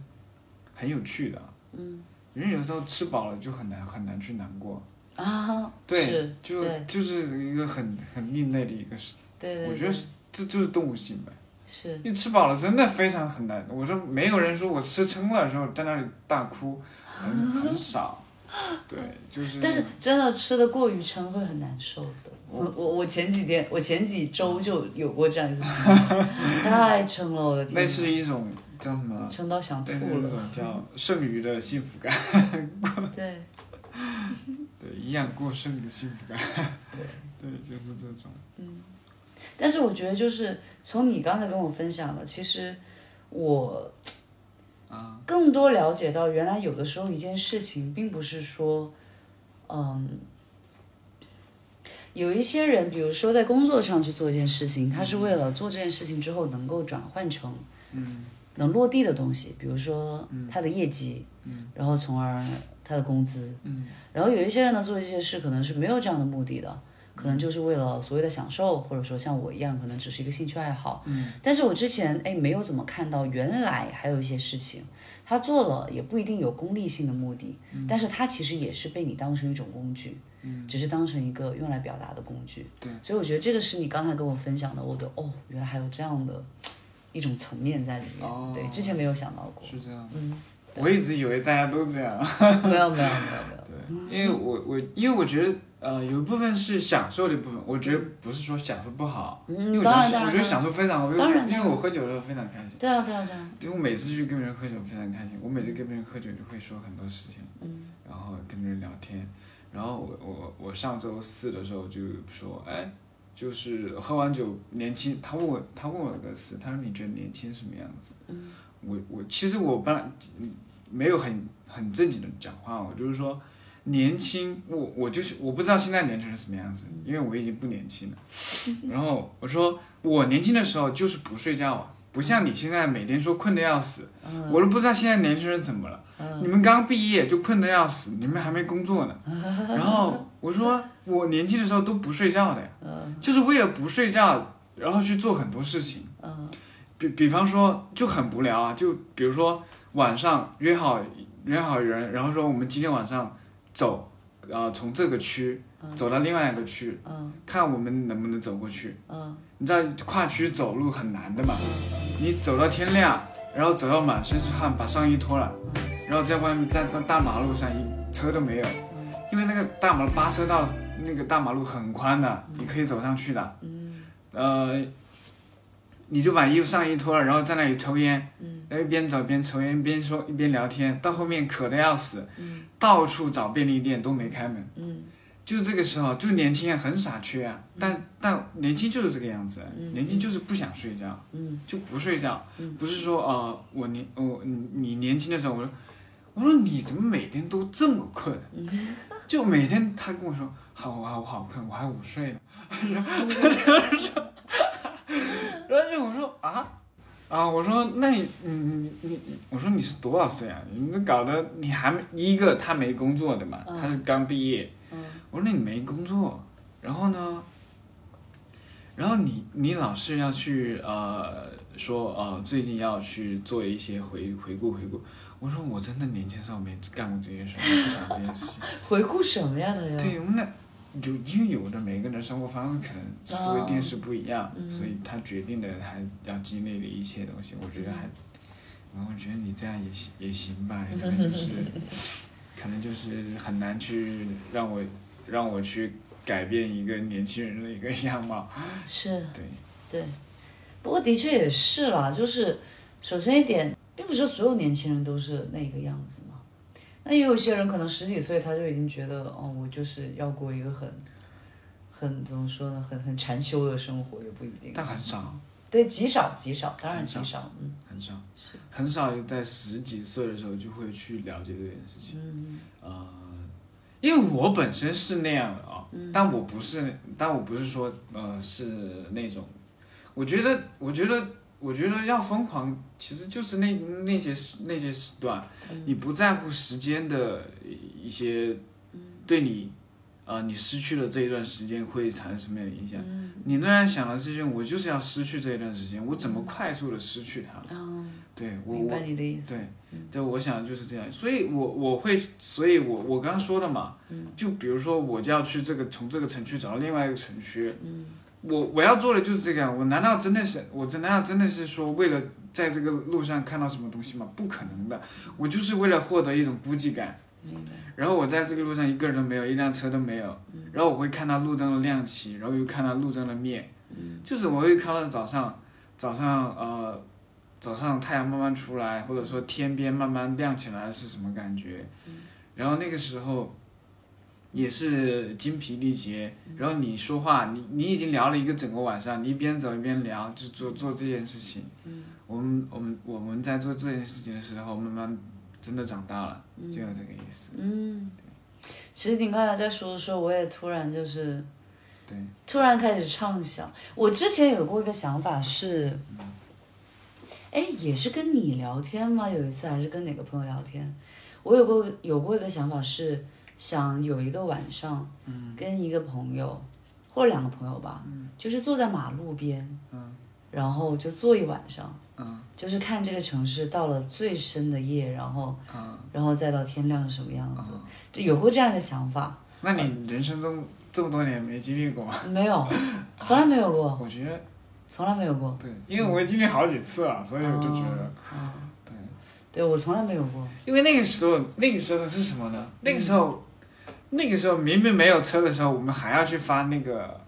S2: 很有趣的，
S1: 嗯
S2: 人有时候吃饱了就很难很难去难过，
S1: 啊，
S2: 对
S1: 是，
S2: 就
S1: 对
S2: 就是一个很很另类的一个事，
S1: 对对，
S2: 我觉得
S1: 对
S2: 是这就是动物性呗。
S1: 是，
S2: 你吃饱了真的非常很难。我说没有人说我吃撑了的时候在那里大哭，很很少。对，就是。
S1: 但是真的吃的过于撑会很难受的。我我我前几天，我前几周就有过这样一次情况，太撑了，我的
S2: 那
S1: 天，
S2: 是一种叫什么？
S1: 撑到想
S2: 对对，
S1: 吐
S2: 那
S1: 了。
S2: 种叫剩余的幸福感，
S1: 对
S2: 对，营养过剩的幸福感，
S1: 对，
S2: 对，就是这种。
S1: 但是我觉得就是从你刚才跟我分享的，其实我
S2: 啊，
S1: 更多了解到，原来有的时候一件事情，并不是说，嗯，有一些人，比如说在工作上去做一件事情，他是为了做这件事情之后能够转换成，
S2: 嗯
S1: 能落地的东西，比如说他的业绩，
S2: 嗯
S1: 然后从而他的工资。
S2: 嗯
S1: 然后有一些人呢做这些事可能是没有这样的目的的，可能就是为了所谓的享受，或者说像我一样，可能只是一个兴趣爱好。
S2: 嗯，
S1: 但是我之前哎没有怎么看到，原来还有一些事情他做了也不一定有功利性的目的，但是他其实也是被你当成一种工具，
S2: 嗯
S1: 只是当成一个用来表达的工具。
S2: 对
S1: 所以我觉得这个是你刚才跟我分享的，我的哦，原来还有这样的一种层面在里面。
S2: 哦
S1: 对，之前没有想到 过。
S2: 是这样。
S1: 嗯，
S2: 我一直以为大家都这样。
S1: 没有没有没有没有。
S2: 对，因为我我因为我觉得呃有一部分是享受的一部分，我觉得不是说享受不好，因为
S1: 嗯，
S2: 我
S1: 当
S2: 当
S1: 然
S2: 时
S1: 当
S2: 我
S1: 然当
S2: 觉得
S1: 然。
S2: 享受非常，我就
S1: 当然
S2: 因为
S1: 当
S2: 我喝酒的时候非常开心，
S1: 对啊对啊对啊。
S2: 因为我每次去跟别人喝酒非常开心，我每次跟别人喝酒就会说很多事情，
S1: 嗯
S2: 然后跟别人聊天，然后我我我上周四的时候就说，哎，就是喝完酒年轻，他问我他问我了个词，他说你觉得年轻什么样子？
S1: 嗯
S2: 我我其实我本来嗯没有很很正经的讲话，我就是说年轻，我我就是我不知道现在年轻人什么样子，因为我已经不 年轻了。然后我说我年轻的时候就是不睡觉啊，不像你现在每天说困得要死，
S1: 嗯
S2: 我都不知道现在年轻人怎么了。你
S1: 嗯
S2: 们刚毕业就困得要死，你们还没工 作呢。然后我说我年轻的时候都不睡觉的呀，
S1: 嗯
S2: 就是为了不睡觉，然后去做很多事情。
S1: 嗯
S2: 比比方说就很无聊啊，就比如说晚上约好约好人，然后说我们今天晚上走，呃，从这个区
S1: 嗯
S2: 走到另外一个区，
S1: 嗯
S2: 看我们能不能走过去。
S1: 嗯
S2: 你知道跨区走路很难的嘛，你走到天亮，然后走到满身是汗，把上衣脱了，然后在外面在大大马路上一车都没有，因为那个大马路八车道那个大马路很宽的，你可以走上去的。
S1: 嗯
S2: 呃，你就把衣服上衣脱了，然后在那里抽烟，
S1: 嗯
S2: 然后一边走一边抽烟，一边说一边聊天，到后面渴的要死，
S1: 嗯
S2: 到处找便利店都没开门。
S1: 嗯
S2: 就这个时候，就年轻人很傻缺啊，但但年轻就是这个样子，
S1: 嗯
S2: 年轻就是不想睡觉，
S1: 嗯
S2: 就不睡觉，
S1: 嗯
S2: 不是说呃我年我你你年轻的时候，我说我说你怎么每天都这么困，
S1: 嗯
S2: 就每天他跟我说好啊我好困，我还午睡 呢，然后就我说啊啊，我说那你你你你，我说你是多少岁啊？你这搞得你还没一个他没工作的嘛，
S1: 嗯
S2: 他是刚毕业。
S1: 嗯
S2: 我说那你没工作，然后呢？然后你你老是要去呃说呃最近要去做一些回回顾回顾，我说我真的年轻时候没干过这件事，我不想这件事情。
S1: 回顾什么呀？他要
S2: 对，那有因为有的每个人生活方式可能思维
S1: 哦
S2: 定式不一样，
S1: 嗯
S2: 所以他决定的还要经历的一切东西，我觉得还然后我觉得你这样也行也行吧，可能 就是，可能就是很难去让我让我去改变一个年轻人的一个样貌，
S1: 是
S2: 对，
S1: 不过的确也是啦，就是首先一点，并不是所有年轻人都是那个样子嘛。那也有些人可能十几岁他就已经觉得，哦，我就是要过一个很，很怎么说呢，很很禅修的生活也不一定。
S2: 但很少。
S1: 对，极少极少，当然极少，嗯，
S2: 很少，很少在十几岁的时候就会去了解这件事情。呃，因为我本身是那样的啊、
S1: 嗯
S2: 但我不是，但我不是说，呃，是那种，我觉得，我觉得，我觉得要疯狂，其实就是那那些时那些时段，
S1: 嗯
S2: 你不在乎时间的一些
S1: 嗯
S2: 对你。呃，你失去了这一段时间会产生什么样的影响？
S1: 嗯
S2: 你仍然想的事情，我就是要失去这一段时间，我怎么快速的失去它？对我
S1: 哦明
S2: 我
S1: 白你的意思。嗯
S2: 对对，我想就是这样，所以我我会，所以我我刚刚说的嘛，
S1: 嗯
S2: 就比如说我就要去这个从这个城区找到另外一个城区，
S1: 嗯
S2: 我我要做的就是这个，我难道真的是我真难道真的是说为了在这个路上看到什么东西吗？不可能的，我就是为了获得一种孤寂感。然后我在这个路上一个人都没有，一辆车都没有。
S1: 嗯
S2: 然后我会看到路灯的亮起，然后又看到路灯的灭。
S1: 嗯
S2: 就是我会看到早上，早上呃，早上太阳慢慢出来，或者说天边慢慢亮起来是什么感觉？
S1: 嗯
S2: 然后那个时候也是精疲力竭，
S1: 嗯
S2: 然后你说话，你你已经聊了一个整个晚上，你一边走一边聊，就做做这件事情。
S1: 嗯
S2: 我们我们我们在做这件事情的时候，慢慢真的长大了，
S1: 嗯
S2: 就有这个意思。
S1: 其实你刚才在说的时候，我也突然就是
S2: 对，
S1: 突然开始畅想。我之前有过一个想法是，哎，也是跟你聊天吗？有一次还是跟哪个朋友聊天，我有过有过一个想法是，想有一个晚上，跟一个朋友、或者两个朋友吧，就是坐在马路边，然后就坐一晚上。
S2: 嗯
S1: 就是看这个城市到了最深的夜，然后，
S2: 啊
S1: 然后再到天亮是什么哦样子，就有过这样一个想法。
S2: 那你人生中这么多年没经历过吗？
S1: 没有，从来没有过，
S2: 我觉得
S1: 从来没有过。哦
S2: 对，因为我也经历好几次了，所以我就觉得。
S1: 对，我从来没有过。
S2: 因为那个时候，那个时候是什么呢？那个时候，那个时候明明没有车的时候，我们还要去发那个，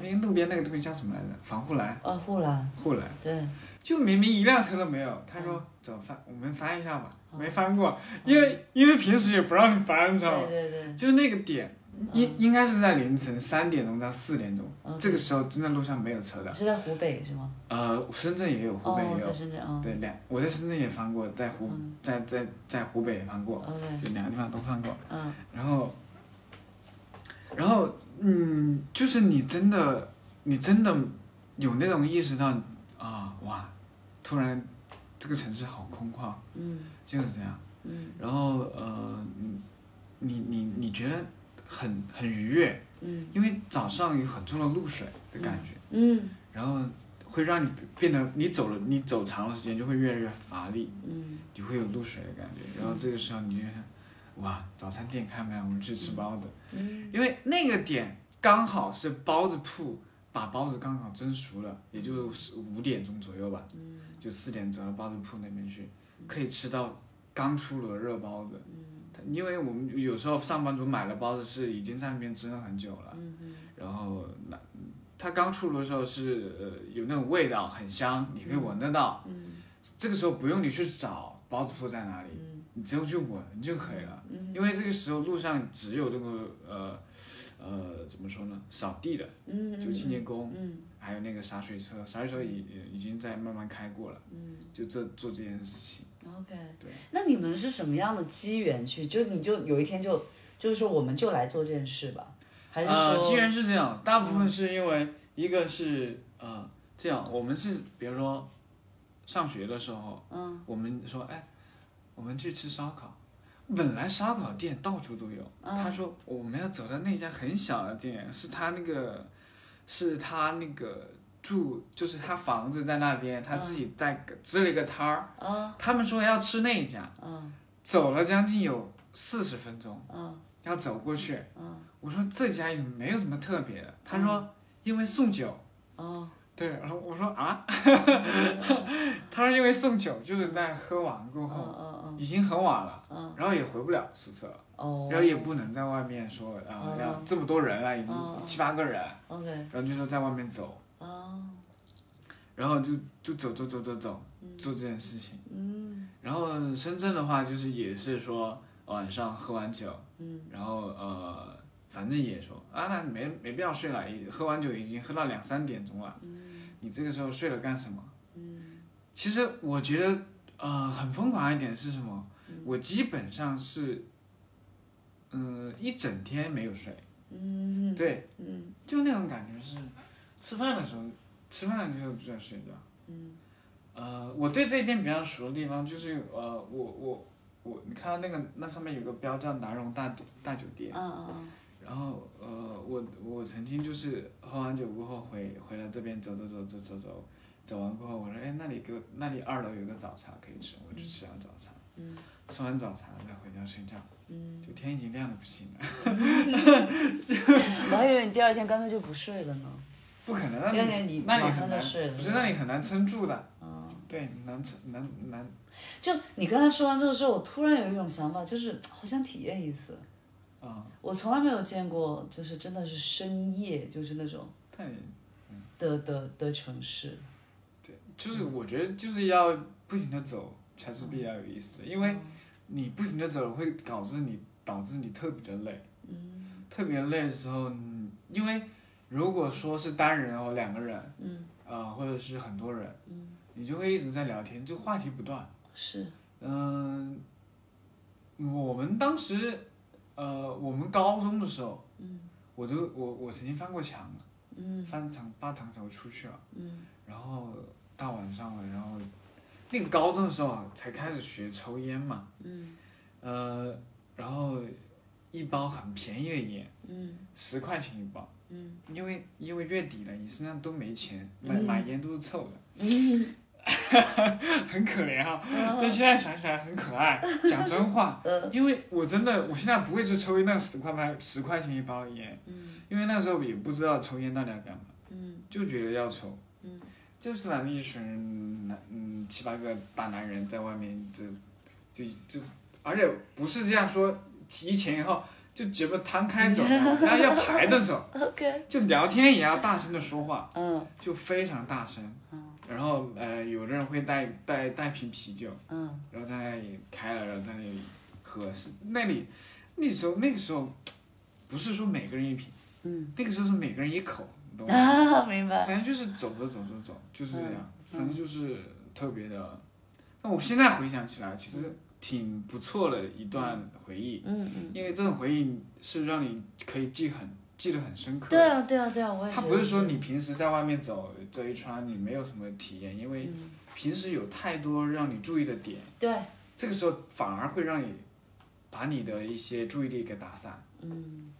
S2: 那个路边那个东西叫什么来着？防护栏，
S1: 啊，嗯护栏，嗯
S2: 护栏。
S1: 对，
S2: 就明明一辆车都没有，他说走翻，我们翻一下吧，
S1: 哦
S2: 没翻过，因为因为平时也不让你翻，你知道吗
S1: 对？对对，哦
S2: 就那个点，应应该是在凌晨三点钟到四点钟，
S1: 嗯，
S2: 这个时候真的路上没有车的。
S1: 是在湖北是吗？
S2: 呃，深圳也有，湖北
S1: 哦，
S2: 也
S1: 在
S2: 有，
S1: 深圳啊。
S2: 对，两我在深圳也翻过，在湖
S1: 嗯
S2: 在在在湖北也翻过，
S1: OK，
S2: 就两个地方都翻过。
S1: 嗯，
S2: 然后，然后，嗯，就是你真的，你真的有那种意识到啊，哇，突然这个城市好空旷，嗯，就是这样，嗯，然后呃，你你你你觉得很很愉悦，嗯，因为早上有很重的露水的感觉，
S1: 嗯
S2: 然后会让你变得你走了你走长了时间就会越来越乏力，
S1: 嗯，
S2: 你会有露水的感觉，然后这个时候你就想，哇，早餐店开门，我们去吃包子，
S1: 嗯
S2: 因为那个点刚好是包子铺把包子刚好蒸熟了，也就是五点钟左右吧，就四点走到包子铺那边去，可以吃到刚出炉的热包子，它因为我们有时候上班族买了包子是已经在那边蒸了很久了，然后那它刚出炉的时候是呃有那种味道很香，你可以闻得到。这个时候不用你去找包子铺在哪里，你只用去闻就可以了。因为这个时候路上只有这个呃呃怎么说呢，扫地的，
S1: 嗯
S2: 就清洁工，
S1: 嗯
S2: 还有那个洒水车，洒水车已已经在慢慢开过了，
S1: 嗯
S2: 就这做这件事情。
S1: ，OK。
S2: 对，
S1: 那你们是什么样的机缘去？就你就有一天就就是说我们就来做这件事吧，还是
S2: 呃，既
S1: 说嗯
S2: 然是这样，大部分是因为一个是呃这样，我们是比如说上学的时候，嗯，我们说哎，我们去吃烧烤。本来烧烤店到处都有，
S1: 嗯
S2: 他说我们要走到那家很小的店，是他那个，是他那个住，就是他房子在那边，他自
S1: 嗯
S2: 己在支了一个摊儿。他们说要吃那一家，
S1: 嗯
S2: 走了将近有四十分钟，要走过去，
S1: 嗯哦
S2: 我说这家也没有什么特别的。他说因为送酒，对，然后我说啊，
S1: 嗯
S2: 他是因为送酒，就是在喝完过后，已经很晚了，然后也回不了宿舍，
S1: 嗯哦，
S2: 然后也不能在外面说啊，
S1: 嗯
S2: 要这么多人啊，已
S1: 嗯
S2: 经七八个人，
S1: OK，
S2: 然后就说在外面走，
S1: 哦，
S2: 然后就就走走走走走，做这件事情。
S1: 嗯
S2: 然后深圳的话，就是也是说呃晚上喝完酒，
S1: 嗯，
S2: 然后呃，反正也说啊，那没没必要睡了，已喝完酒已经喝到两三点钟了，你这个时候睡了干什么？
S1: 嗯
S2: 其实我觉得呃，很疯狂一点是什么？
S1: 嗯
S2: 我基本上是，嗯、一整天没有睡，
S1: 嗯，
S2: 对，
S1: 嗯
S2: 就那种感觉是，吃饭的时候，吃饭的时候就在睡觉。
S1: 嗯
S2: 呃，我对这边比较熟的地方就是呃，我我我，你看到那个那上面有个标叫南榕大大酒店
S1: 嗯，嗯
S2: 然后呃，我我曾经就是喝完酒过后回回来这边走走走走走走，走完过后我说哎那里给我那里二楼有个早茶可以吃，我就吃完早茶，
S1: 嗯
S2: 吃完早茶再回家睡觉，
S1: 嗯，
S2: 就天已经亮的不行了，
S1: 我还以为你第二天干脆就不睡了呢。
S2: 不可能，那
S1: 第二天你
S2: 里那里
S1: 马上
S2: 很
S1: 就
S2: 难，
S1: 睡了
S2: 不是那里很难撑住的，
S1: 嗯，
S2: 对，难撑难难，
S1: 就你刚才说完这个之后，我突然有一种想法，就是好想体验一次。
S2: 啊、
S1: 我从来没有见过，就是真的是深夜，就是那种
S2: 太。
S1: 的
S2: 嗯
S1: 的的城市。
S2: 就是我觉得就是要不停的走才是比较有意思的，因为你不停的走会导致你导致你特别的累，
S1: 嗯
S2: 特别累的时候，嗯因为如果说是单人或两个人，
S1: 嗯
S2: 啊、或者是很多人，
S1: 嗯，
S2: 你就会一直在聊天，就话题不断。
S1: 是
S2: 嗯、我们当时，呃，我们高中的时候，
S1: 嗯
S2: 我都我我曾经翻过墙，
S1: 嗯
S2: 翻墙扒墙头出去了。
S1: 嗯
S2: 然后大晚上了，然后那个高中的时候啊才开始学抽烟嘛，
S1: 嗯
S2: 呃，然后一包很便宜的烟，
S1: 嗯
S2: 十块钱一包，
S1: 嗯
S2: 因为因为月底了，你身上都没钱，买
S1: 嗯
S2: 买烟都是凑的，
S1: 嗯，
S2: 很可怜啊。但现在想起来很可 爱，讲真话，
S1: 呃
S2: 因为我真的我现在不会去抽那十块卖十块钱一包的烟，
S1: 嗯
S2: 因为那时候也不知道抽烟到底要干嘛。
S1: 嗯
S2: 就觉得要抽，
S1: 嗯，
S2: 就是那么一群男，嗯，七八个大男人在外面就，就就，而且不是这样说，提前以后就节目摊开走的，然后要排着走，
S1: ，OK，
S2: 就聊天也要大声的说话，
S1: 嗯
S2: 就非常大声，
S1: 嗯
S2: 然后呃，有的人会带带带瓶啤酒，
S1: 嗯
S2: 然后在那里开了，然后在那里喝，是那里，那时候那个时候，不是说每个人一瓶，
S1: 嗯
S2: 那个时候是每个人一口，你懂吗？
S1: 啊，明白，
S2: 反正就是走着走着走，就是这样，
S1: 嗯
S2: 反正就是特别的。那我现在回想起来，其实挺不错的一段回忆，
S1: 嗯嗯，
S2: 因为这种回忆是让你可以记很记得很深刻
S1: 对
S2: 的。
S1: 啊对啊对啊，我也
S2: 它
S1: 觉得
S2: 不是说你平时在外面走这一圈你没有什么体验，因为
S1: 嗯
S2: 平时有太多让你注意的点，
S1: 对，
S2: 这个时候反而会让你把你的一些注意力给打散。
S1: 嗯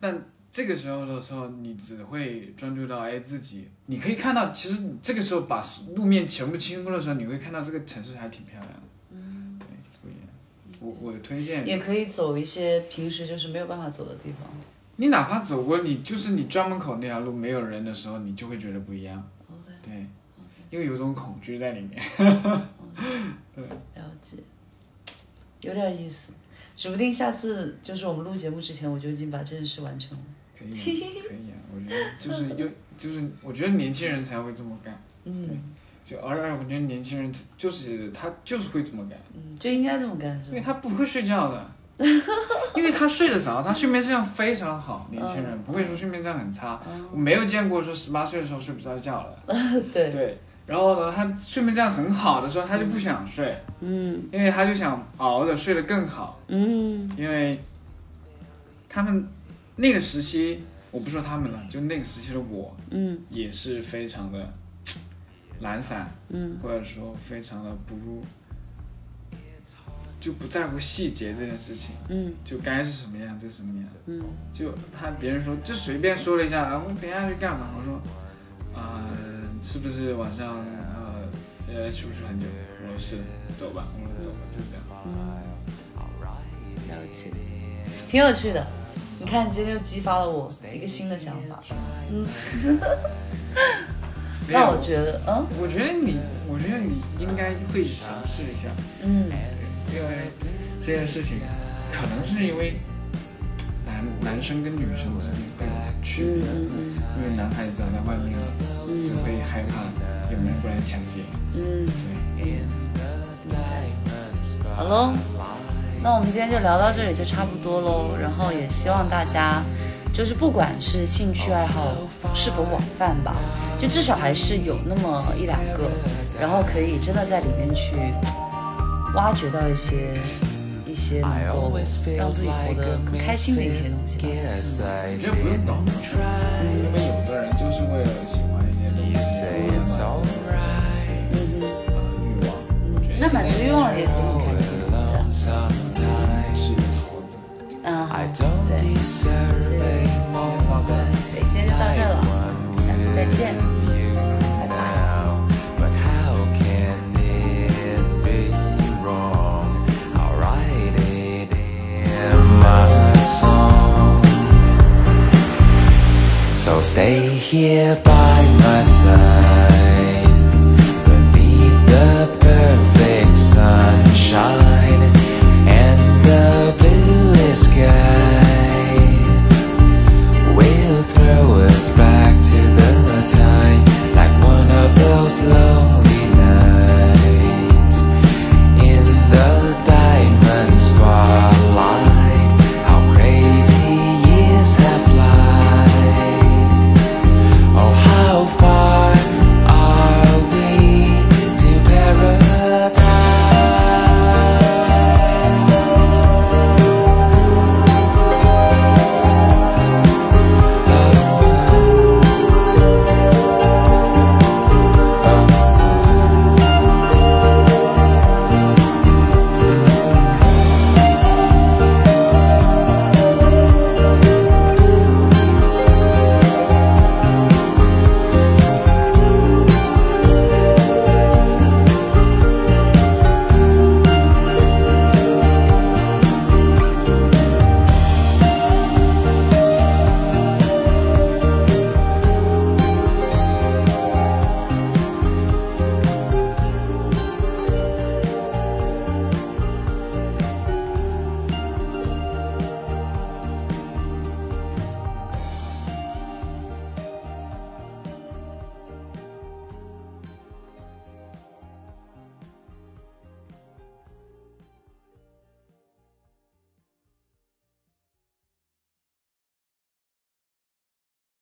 S2: 但这个时候的时候，你只会专注到哎自己，你可以看到，其实你这个时候把路面全部清空的时候，你会看到这个城市还挺漂亮的。
S1: 嗯，
S2: 对，不一样。我我推荐
S1: 也
S2: 你，
S1: 可以走一些平时就是没有办法走的地方。
S2: 你哪怕走过你就是你专门口那条路没有人的时候，你就会觉得不一样。
S1: OK，
S2: 对，因为有种恐惧在里面。
S1: 了解，有点意思，指不定下次就是我们录节目之前，我就已经把这件事完成了。
S2: 可以吗， 可以啊，我觉得就是有，就是我觉得年轻人才会这么干。
S1: 嗯
S2: 就而而我觉得年轻人就是他就是会这么干。
S1: 嗯，就应该这么 干，是
S2: 因为
S1: 吧？
S2: 他不会睡觉的，因为他睡得着，他睡眠质量非常好。年轻
S1: 嗯
S2: 人不会说睡眠质量很差，我没有见过说十八岁的时候睡不着觉的。
S1: 对，
S2: 对，然后呢，他睡眠质量很好的时候，他就不想睡，
S1: 嗯
S2: 因为他就想熬着睡得更好。
S1: 嗯
S2: 因为他们那个时期，我不说他们了，就那个时期的我
S1: 嗯
S2: 也是非常的懒散，
S1: 嗯
S2: 或者说非常的不就不在乎细节这件事情。
S1: 嗯
S2: 就该是什么样就什么样。
S1: 嗯
S2: 就他别人说就随便说了一下，啊，我等一下去干嘛？我说，啊、是不是晚上呃呃是不是很久？我说是，走吧，我说走吧，就这样。
S1: 嗯，了解，挺有趣的。你看，你今天又激发了我一个新的想法。嗯，
S2: 没
S1: 那
S2: 有
S1: 我，觉得，嗯
S2: 我觉得你，我觉得你应该会尝试一下，
S1: 嗯，
S2: 因为这件事情，可能是因为男男生跟女生之间会有区别，
S1: 嗯嗯
S2: 因为男孩子走在外面只会害怕有人过来抢劫，
S1: 嗯，
S2: 对，
S1: 好喽，那我们今天就聊到这里，就差不多喽。然后也希望大家，就是不管是兴趣爱好是否广泛吧，就至少还是有那么一两个，然后可以真的在里面去挖掘到一些一些能够让自己活得更开心的一些东西吧。
S2: 我觉得不用懂，因为有的人就是为了喜欢一些东西，然后满足自己的一些
S1: 嗯
S2: 呃欲望，
S1: 哼，那满足欲望了也也很开心，对啊。
S2: 吃桃子。
S1: 嗯，对，所以对，今天就到这儿了，下次再见，拜拜。
S4: But how can it be wrong? I'll write it in my song. So stay here by my side. Oh,